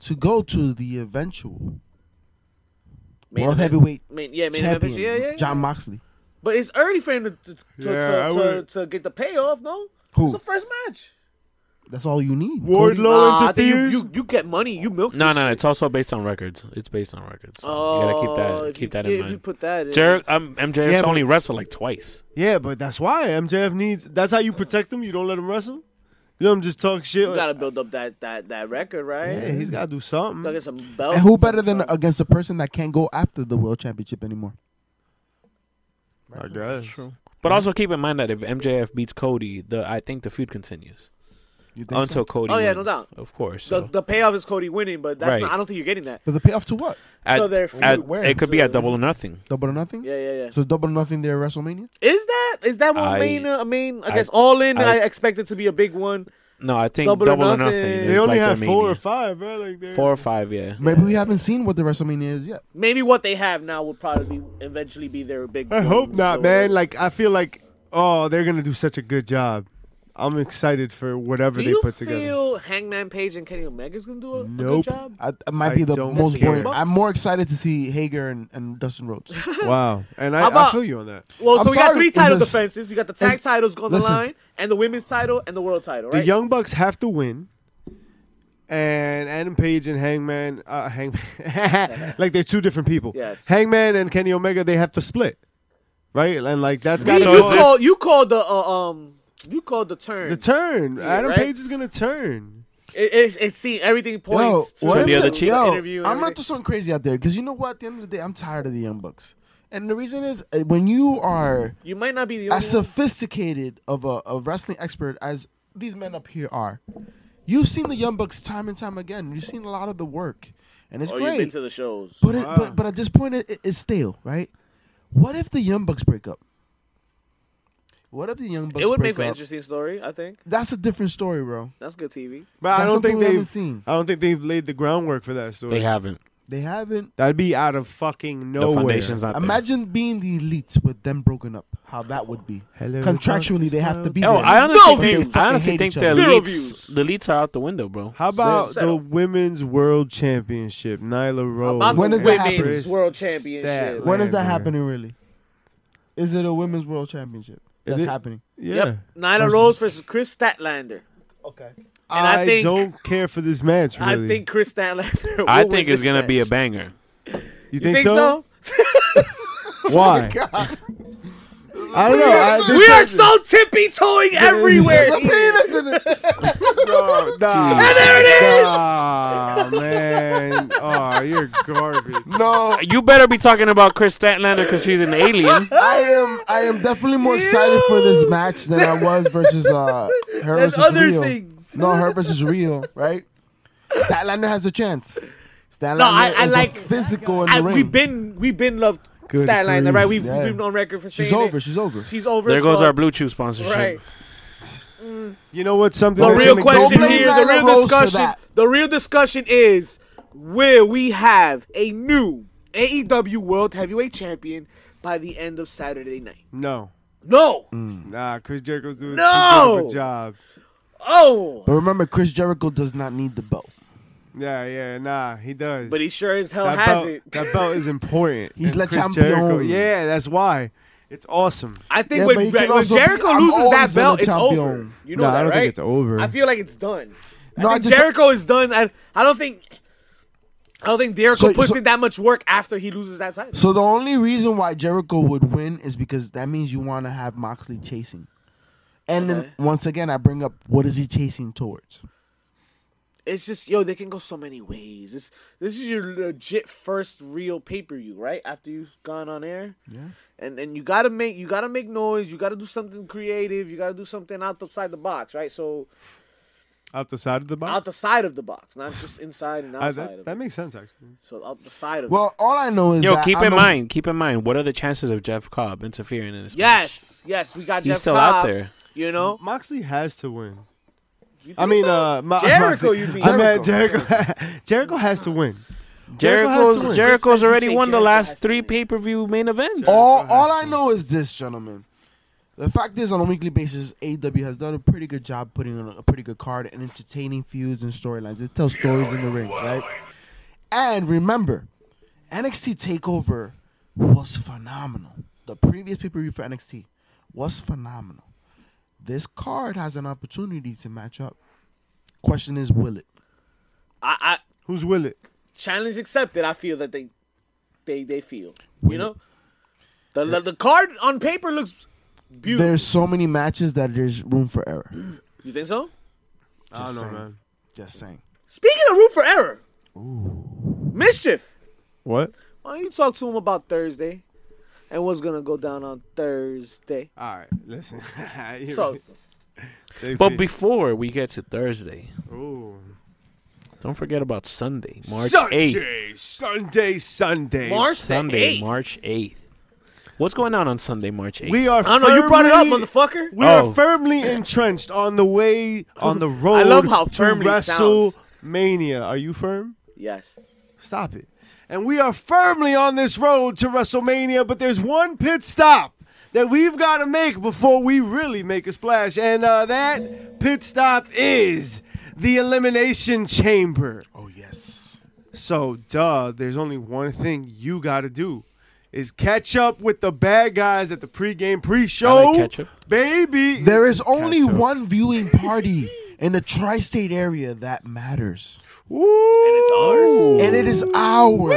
Speaker 3: to go to the eventual
Speaker 2: Main
Speaker 3: world
Speaker 2: event.
Speaker 3: heavyweight
Speaker 2: Main- yeah, main event,
Speaker 3: champion,
Speaker 2: yeah, yeah, yeah.
Speaker 3: John Moxley.
Speaker 2: But it's early for him to to, to,
Speaker 5: Yeah,
Speaker 2: to-
Speaker 5: I
Speaker 2: to-
Speaker 5: would-
Speaker 2: to get the payoff. No,
Speaker 3: Who?
Speaker 2: it's the first match.
Speaker 3: That's all you need. Cody-
Speaker 5: Wardlow
Speaker 2: Nah, I think you,
Speaker 5: interferes.
Speaker 2: you you get money. You milk.
Speaker 4: No,
Speaker 2: this
Speaker 4: no,
Speaker 2: shit.
Speaker 4: it's also based on records. It's based on records. So you gotta keep
Speaker 2: Oh,
Speaker 4: that
Speaker 2: if
Speaker 4: keep
Speaker 2: you-
Speaker 4: that
Speaker 2: yeah,
Speaker 4: in
Speaker 2: If you
Speaker 4: mind.
Speaker 2: put that in,
Speaker 4: Jer- um, MJF's
Speaker 5: Yeah, but-
Speaker 4: only wrestled like twice.
Speaker 5: yeah, but that's why MJF needs. That's how you protect him. You don't let him wrestle. You let him just talk shit.
Speaker 2: you gotta build up that that that record, right?
Speaker 5: yeah, he's gotta do
Speaker 2: Gotta
Speaker 5: something.
Speaker 2: get some belt.
Speaker 3: And who better than
Speaker 2: some-
Speaker 3: against a person that can't go after the world championship anymore?
Speaker 5: I guess.
Speaker 4: But also keep in mind that if MJF beats Cody, the I think the feud continues
Speaker 3: You think
Speaker 4: until Cody.
Speaker 2: Oh, yeah,
Speaker 4: wins,
Speaker 2: no doubt.
Speaker 4: Of course.
Speaker 2: the,
Speaker 4: So
Speaker 2: the payoff is Cody winning, but that's
Speaker 4: Right.
Speaker 2: not, I don't think you're getting that.
Speaker 3: so? But the payoff to what?
Speaker 4: at,
Speaker 2: so they're
Speaker 4: at-
Speaker 3: feud-
Speaker 4: it could be
Speaker 2: so
Speaker 4: at double or nothing.
Speaker 3: Double or nothing.
Speaker 2: Yeah, yeah, yeah.
Speaker 3: So it's double or nothing there at WrestleMania.
Speaker 2: Is that is that what
Speaker 4: I-
Speaker 2: main? Uh, I mean, I,
Speaker 4: I-
Speaker 2: guess all in. I,
Speaker 4: I-
Speaker 2: expect it to be a big one.
Speaker 4: No, I think
Speaker 2: Double
Speaker 4: double,
Speaker 2: or
Speaker 4: or
Speaker 2: nothing.
Speaker 4: nothing.
Speaker 2: They
Speaker 5: They
Speaker 4: is
Speaker 5: only
Speaker 4: like
Speaker 5: have
Speaker 4: the
Speaker 5: four
Speaker 4: Mania.
Speaker 5: or five, right? Like they're-
Speaker 4: Four or five, yeah.
Speaker 3: Maybe we haven't seen what the WrestleMania is yet.
Speaker 2: Maybe what they have now will probably be, eventually be their big.
Speaker 5: I hope
Speaker 2: one,
Speaker 5: not,
Speaker 2: so-
Speaker 5: man. Like I feel like, oh, they're gonna do such a good job. I'm excited for whatever
Speaker 2: Do
Speaker 5: they
Speaker 2: you
Speaker 5: put together.
Speaker 2: feel Hangman Page and Kenny Omega's gonna do a, a
Speaker 5: Nope.
Speaker 2: good job?
Speaker 3: I, it might
Speaker 5: I
Speaker 3: be the
Speaker 5: don't
Speaker 3: most
Speaker 5: care.
Speaker 3: boring. I'm more excited to see Hager and, and Dustin Rhodes.
Speaker 5: Wow, and
Speaker 2: How
Speaker 5: I, I
Speaker 2: about-
Speaker 5: feel you on that.
Speaker 2: Well,
Speaker 3: I'm
Speaker 2: so we got
Speaker 3: sorry,
Speaker 2: three
Speaker 3: it's
Speaker 2: title
Speaker 3: just-
Speaker 2: defenses. You got the tag
Speaker 3: it's-
Speaker 2: titles on the
Speaker 3: listen.
Speaker 2: line, and the women's title, and the world title,
Speaker 5: The
Speaker 2: right?
Speaker 5: Young Bucks have to win, and Adam Page and Hangman, uh, Hangman, like they're two different people.
Speaker 2: Yes.
Speaker 5: Hangman and Kenny Omega, they have to split, right? And like that's
Speaker 2: you,
Speaker 5: gotta
Speaker 4: So
Speaker 2: you
Speaker 4: is
Speaker 5: go
Speaker 4: this-
Speaker 2: call you call the uh, um you called the turn.
Speaker 5: the turn.
Speaker 2: Yeah,
Speaker 5: Adam
Speaker 2: right?
Speaker 5: Page is gonna turn.
Speaker 2: It, it, it seemed everything points
Speaker 3: Yo, what
Speaker 2: to
Speaker 3: if
Speaker 4: the other cheek?
Speaker 3: Yo,
Speaker 2: interview. and
Speaker 3: I'm not
Speaker 2: everything.
Speaker 3: just something crazy out there because you know what? At the end of the day, I'm tired of the Young Bucks, and the reason is uh, when you are
Speaker 2: You might not be the only
Speaker 3: as
Speaker 2: one.
Speaker 3: sophisticated of a, a wrestling expert as these men up here are, you've seen the Young Bucks time and time again. You've seen a lot of the work, and it's
Speaker 2: Oh, you've been
Speaker 3: great.
Speaker 2: to the shows.
Speaker 3: But, it, but but at this point, it, it- it's stale, right? What if the Young Bucks break up? What if the Young Bucks
Speaker 2: It would
Speaker 3: break
Speaker 2: make for an
Speaker 3: up?
Speaker 2: interesting story, I think.
Speaker 3: That's a different story, bro.
Speaker 2: That's good TV.
Speaker 5: But I
Speaker 3: That's
Speaker 5: don't
Speaker 3: something
Speaker 5: think
Speaker 3: we haven't
Speaker 5: they've.
Speaker 3: seen.
Speaker 5: I don't think they've laid the groundwork for that story.
Speaker 4: They haven't.
Speaker 3: They haven't.
Speaker 5: That'd be out of fucking
Speaker 4: The
Speaker 5: nowhere.
Speaker 4: foundation's not
Speaker 3: Imagine being the elite with them broken up. How that would be.
Speaker 5: Hello,
Speaker 3: Contractually,
Speaker 5: darkness,
Speaker 3: they have to
Speaker 5: my
Speaker 3: be.
Speaker 4: there. Oh,
Speaker 3: there.
Speaker 4: I honestly
Speaker 2: No
Speaker 4: think,
Speaker 3: views.
Speaker 4: I
Speaker 3: Fucking
Speaker 4: honestly
Speaker 3: hate
Speaker 4: think
Speaker 3: each
Speaker 4: the
Speaker 2: other. Zero views.
Speaker 4: elites, the elites are out the window, bro.
Speaker 5: How about the
Speaker 2: Settle.
Speaker 5: women's world championship? Nyla Rose.
Speaker 2: About
Speaker 3: When
Speaker 2: the
Speaker 3: does that happen?
Speaker 2: women's world championship.
Speaker 5: Statlander.
Speaker 3: When is that
Speaker 5: Lander.
Speaker 3: happening, really? Is it a women's world championship that's
Speaker 5: it-
Speaker 3: happening?
Speaker 5: Yeah.
Speaker 2: Yep. Nyla Rose versus Chris Statlander.
Speaker 3: Okay.
Speaker 2: And I
Speaker 5: I,
Speaker 2: think-
Speaker 5: don't care for this match. Really.
Speaker 2: I think Chris Statlander. Will
Speaker 4: I
Speaker 2: win
Speaker 4: think it's
Speaker 2: this
Speaker 4: gonna be a
Speaker 2: match.
Speaker 4: banger.
Speaker 5: You,
Speaker 2: You think so?
Speaker 3: Oh
Speaker 5: Why? I don't know. I, this
Speaker 2: We are
Speaker 5: match-
Speaker 2: so tippy toeing everywhere.
Speaker 3: There's a penis in it. Oh,
Speaker 5: Yo, nah.
Speaker 2: And there it is!
Speaker 5: Nah, man. Oh, you're garbage.
Speaker 3: No,
Speaker 4: You better be talking about Chris Statlander because she's an alien.
Speaker 3: I am. I am definitely more excited for this match than I was versus uh, her
Speaker 2: And
Speaker 3: versus
Speaker 2: other
Speaker 3: Rio.
Speaker 2: things.
Speaker 3: No, her versus Rio, right? Statlander has a chance. Statlander
Speaker 2: I- I
Speaker 3: is a
Speaker 2: like-
Speaker 3: physical in the
Speaker 2: I,
Speaker 3: ring.
Speaker 2: we've been we've been loved
Speaker 5: Good
Speaker 2: Statlander,
Speaker 5: grief,
Speaker 2: right? We've,
Speaker 3: yeah.
Speaker 2: we've been on record for
Speaker 3: She's
Speaker 2: saying it.
Speaker 3: over. She's over.
Speaker 2: She's over.
Speaker 4: There
Speaker 2: as
Speaker 4: goes
Speaker 2: fuck.
Speaker 4: our Blue Chew sponsorship.
Speaker 2: Right.
Speaker 5: You know what's something
Speaker 2: The
Speaker 5: that's
Speaker 2: real
Speaker 5: in
Speaker 2: question
Speaker 3: blame
Speaker 5: game?
Speaker 2: here, the
Speaker 3: Nyla
Speaker 2: real
Speaker 3: Rose for
Speaker 2: discussion,
Speaker 3: that.
Speaker 2: the real discussion is: Will we have a new AEW World Heavyweight Champion by the end of Saturday night?
Speaker 5: No.
Speaker 2: No.
Speaker 3: Mm.
Speaker 5: Nah, Chris Jericho's doing
Speaker 2: No!
Speaker 5: too good of a job.
Speaker 2: Oh.
Speaker 3: But remember, Chris Jericho does not need the belt.
Speaker 5: Yeah, yeah, nah, he does.
Speaker 2: But he sure as hell
Speaker 5: that
Speaker 2: has
Speaker 5: belt,
Speaker 2: it.
Speaker 5: that belt is important.
Speaker 3: He's
Speaker 5: And
Speaker 3: la
Speaker 5: Chris Jericho-
Speaker 3: champion.
Speaker 5: Yeah, that's why. It's awesome.
Speaker 2: I think
Speaker 3: Yeah,
Speaker 2: when,
Speaker 3: but he
Speaker 2: when
Speaker 3: can also be-
Speaker 2: Jericho
Speaker 3: I'm
Speaker 2: loses
Speaker 3: always
Speaker 2: that belt,
Speaker 3: the
Speaker 2: it's
Speaker 3: champion.
Speaker 2: over. You know
Speaker 5: no,
Speaker 2: that,
Speaker 5: I don't
Speaker 2: right?
Speaker 5: think it's over.
Speaker 2: I feel like it's done.
Speaker 3: No,
Speaker 2: I
Speaker 3: I
Speaker 2: think
Speaker 3: just-
Speaker 2: Jericho is done. I, I don't think. I don't think Jericho
Speaker 3: So-
Speaker 2: puts
Speaker 3: so-
Speaker 2: in that much work after he loses that title.
Speaker 3: So the only reason why Jericho would win is because that means you want to have Moxley chasing. And
Speaker 2: Okay.
Speaker 3: then once again, I bring up what is he chasing towards?
Speaker 2: it's just yo, they can go so many ways. This this is your legit first real pay per view, right? After you've gone on air,
Speaker 3: Yeah.
Speaker 2: and and you gotta make you gotta make noise. You gotta do something creative. You gotta do something out outside the box, right? So
Speaker 5: Out the side of the
Speaker 2: out
Speaker 5: box.
Speaker 2: the side of the box, not just inside and
Speaker 5: Ah,
Speaker 2: outside
Speaker 5: that,
Speaker 2: of it.
Speaker 5: that makes sense actually.
Speaker 2: So out the side of
Speaker 3: Well, all I know is
Speaker 4: Yo,
Speaker 3: that
Speaker 4: keep
Speaker 3: I
Speaker 4: in
Speaker 3: know-
Speaker 4: mind, keep in mind, what are the chances of Jeff Cobb interfering in this?
Speaker 2: it. Yes, yes, we got
Speaker 4: match? he's
Speaker 2: Jeff
Speaker 4: still out
Speaker 2: Cobb,
Speaker 4: there.
Speaker 2: You know,
Speaker 5: Moxley has to win.
Speaker 2: You
Speaker 5: Mm-hmm. I
Speaker 2: think
Speaker 5: mean,
Speaker 2: so?
Speaker 5: uh, Mo-
Speaker 2: Jericho,
Speaker 5: Moxley-
Speaker 2: you mean
Speaker 5: I meant Jericho. Jericho has to win. Jericho has to
Speaker 4: Jericho's
Speaker 5: win.
Speaker 4: Jericho's
Speaker 2: You
Speaker 4: already
Speaker 2: say
Speaker 4: won the
Speaker 2: Jericho
Speaker 4: last
Speaker 2: has to
Speaker 4: three
Speaker 2: win.
Speaker 4: pay per view main events.
Speaker 3: All, all I know is this, gentlemen. The fact is, on a weekly basis, AEW has done a pretty good job putting on a pretty good card and entertaining feuds and storylines. It tells stories in the ring, right? And remember, NXT Takeover was phenomenal. The previous pay per view for NXT was phenomenal. This card has an opportunity to match up. Question is, will it?
Speaker 2: I, I
Speaker 5: Who's will it?
Speaker 2: challenge accepted. I feel that they, they, they feel.
Speaker 3: Win
Speaker 2: you
Speaker 3: it.
Speaker 2: know, the, the the card on paper looks beautiful.
Speaker 3: There's so many matches that there's room for error.
Speaker 2: You think so?
Speaker 5: I don't know,
Speaker 3: saying.
Speaker 5: man.
Speaker 3: Just saying.
Speaker 2: Speaking of room for error, mischief.
Speaker 5: What?
Speaker 2: Why don't you talk to him about Thursday and what's gonna go down on Thursday?
Speaker 5: All right, listen. You-
Speaker 2: So
Speaker 5: JP.
Speaker 4: But before we get to Thursday,
Speaker 5: Ooh.
Speaker 4: don't forget about Sunday, March eighth.
Speaker 5: Sunday, Sunday, Sunday.
Speaker 2: March
Speaker 4: Sunday,
Speaker 2: Sunday,
Speaker 4: March eighth. What's going on on Sunday, March eighth?
Speaker 5: We are.
Speaker 2: I don't know. You brought it up,
Speaker 5: firmly-
Speaker 2: motherfucker.
Speaker 5: We
Speaker 4: Oh.
Speaker 5: are firmly entrenched on the way on the road.
Speaker 2: I love how
Speaker 5: to
Speaker 2: firmly it sounds.
Speaker 5: WrestleMania. Are you firm?
Speaker 2: yes.
Speaker 5: Stop it. And we are firmly on this road to WrestleMania, but there's one pit stop that we've got to make before we really make a splash, and uh, that pit stop is the Elimination Chamber.
Speaker 3: Oh yes.
Speaker 5: So, duh, there's only one thing you got to do is catch up with the bad guys at the pregame
Speaker 4: I
Speaker 5: pre-show,
Speaker 4: like ketchup.
Speaker 5: baby.
Speaker 3: There is only
Speaker 5: Ketchup.
Speaker 3: one viewing party in the tri-state area that matters,
Speaker 5: Ooh.
Speaker 3: and it is our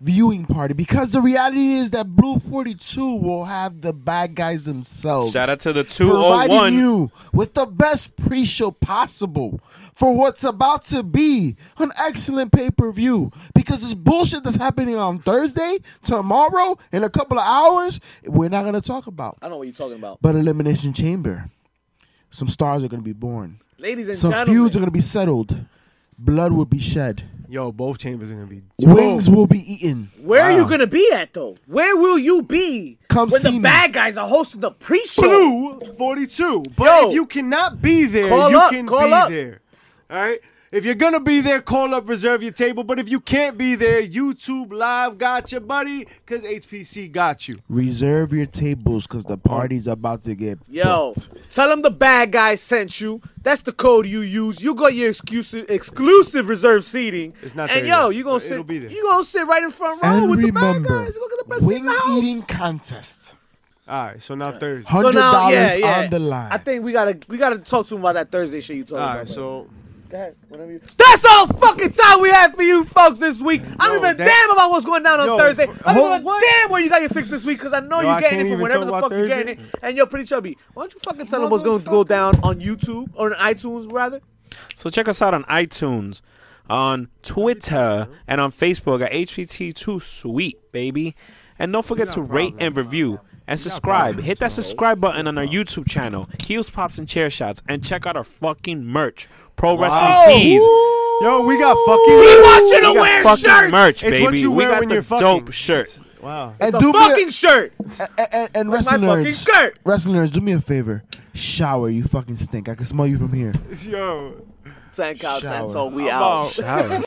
Speaker 3: viewing party because the reality is that Blue Forty Two will have the bad guys themselves.
Speaker 4: Shout out to the two oh
Speaker 3: providing
Speaker 4: one.
Speaker 3: you with the best pre-show possible for what's about to be an excellent pay-per-view because this bullshit that's happening on Thursday, tomorrow, in a couple of hours, we're not gonna talk about.
Speaker 2: I know what you're talking about,
Speaker 3: But Elimination Chamber, some stars are gonna be born.
Speaker 2: ladies and
Speaker 3: Some
Speaker 2: gentlemen.
Speaker 3: feuds are going to be settled. Blood will be shed.
Speaker 5: Yo, both chambers are gonna be
Speaker 3: Wings will be eaten.
Speaker 2: Where are you gonna be at though? Where will you be
Speaker 3: Come
Speaker 2: when
Speaker 3: see
Speaker 2: the
Speaker 3: me.
Speaker 2: bad guys are hosting the pre-show?
Speaker 5: blue 42. But
Speaker 2: Yo.
Speaker 5: if you cannot be there,
Speaker 2: Call
Speaker 5: you
Speaker 2: up,
Speaker 5: can
Speaker 2: call
Speaker 5: be
Speaker 2: up.
Speaker 5: there. All right? If you're going to be there, call up, reserve your table. But if you can't be there, YouTube Live got you, buddy, because HPC got you.
Speaker 3: Reserve your tables because the party's about to get.
Speaker 2: Yo,
Speaker 3: booked.
Speaker 2: tell them the bad guy sent you. That's the code you use. You got your exclusive exclusive reserve seating.
Speaker 5: It's not
Speaker 2: And
Speaker 5: there
Speaker 2: yo,
Speaker 5: yet,
Speaker 2: you gonna
Speaker 5: but it'll
Speaker 2: sit.
Speaker 5: be there.
Speaker 2: You gonna sit right in front row
Speaker 3: And
Speaker 2: Oh, with the bad
Speaker 3: remember,
Speaker 2: guys. Look at the best seat in
Speaker 3: wing
Speaker 2: the house.
Speaker 3: eating contest.
Speaker 5: All right, so now Thursday.
Speaker 2: So
Speaker 3: Hundred
Speaker 2: now,
Speaker 3: dollars
Speaker 2: yeah, yeah.
Speaker 3: on the line.
Speaker 2: I think we gotta we gotta talk to him about that Thursday shit you
Speaker 5: All
Speaker 2: told me.
Speaker 5: right,
Speaker 2: about,
Speaker 5: so
Speaker 2: bro. Go ahead, whenever you- That's all fucking time we had for you folks this week. I don't
Speaker 5: Yo,
Speaker 2: give a
Speaker 5: that-
Speaker 2: damn about what's going down on
Speaker 5: Yo,
Speaker 2: Thursday.
Speaker 5: fr-
Speaker 2: I
Speaker 5: hold-
Speaker 2: don't give a
Speaker 5: what?
Speaker 2: damn where you got your fix this week because I know
Speaker 5: Yo, I
Speaker 2: you're getting
Speaker 5: can't
Speaker 2: it
Speaker 5: even
Speaker 2: from
Speaker 5: talk
Speaker 2: wherever the
Speaker 5: about
Speaker 2: fuck you're getting it.
Speaker 5: Thursday.
Speaker 2: And yo, pretty chubby, why don't you fucking tell them what's going to go
Speaker 5: Motherfucker.
Speaker 2: down on YouTube or on iTunes rather?
Speaker 4: So check us out on iTunes, on Twitter, and on Facebook at HPT2 Sweet, baby. And don't forget to rate and review and subscribe. Hit that subscribe button on our YouTube channel, Heels, Pops, and Chair Shots. And check out our fucking merch, Pro
Speaker 5: Wow.
Speaker 4: Wrestling Tees.
Speaker 5: yo, we got
Speaker 2: We
Speaker 5: fucking.
Speaker 2: want you to
Speaker 4: We got
Speaker 2: wear
Speaker 4: fucking
Speaker 2: shirts.
Speaker 4: merch,
Speaker 5: It's
Speaker 4: baby.
Speaker 5: what you
Speaker 4: we
Speaker 5: wear
Speaker 4: got
Speaker 5: when
Speaker 4: the
Speaker 5: you're fucking.
Speaker 4: dope shirt.
Speaker 5: Wow.
Speaker 3: and
Speaker 2: The
Speaker 3: do
Speaker 2: fucking
Speaker 3: me
Speaker 2: shirt.
Speaker 3: a, and, and, and
Speaker 2: my
Speaker 3: wrestling
Speaker 2: fucking
Speaker 3: nerds,
Speaker 2: skirt.
Speaker 3: wrestling nerds, do me a favor. Shower, you fucking stink. I can smell you from here.
Speaker 5: Yo. Oh,
Speaker 2: San Cal, San
Speaker 3: Shower.
Speaker 2: Sol, we
Speaker 5: I'm
Speaker 2: out.
Speaker 5: out.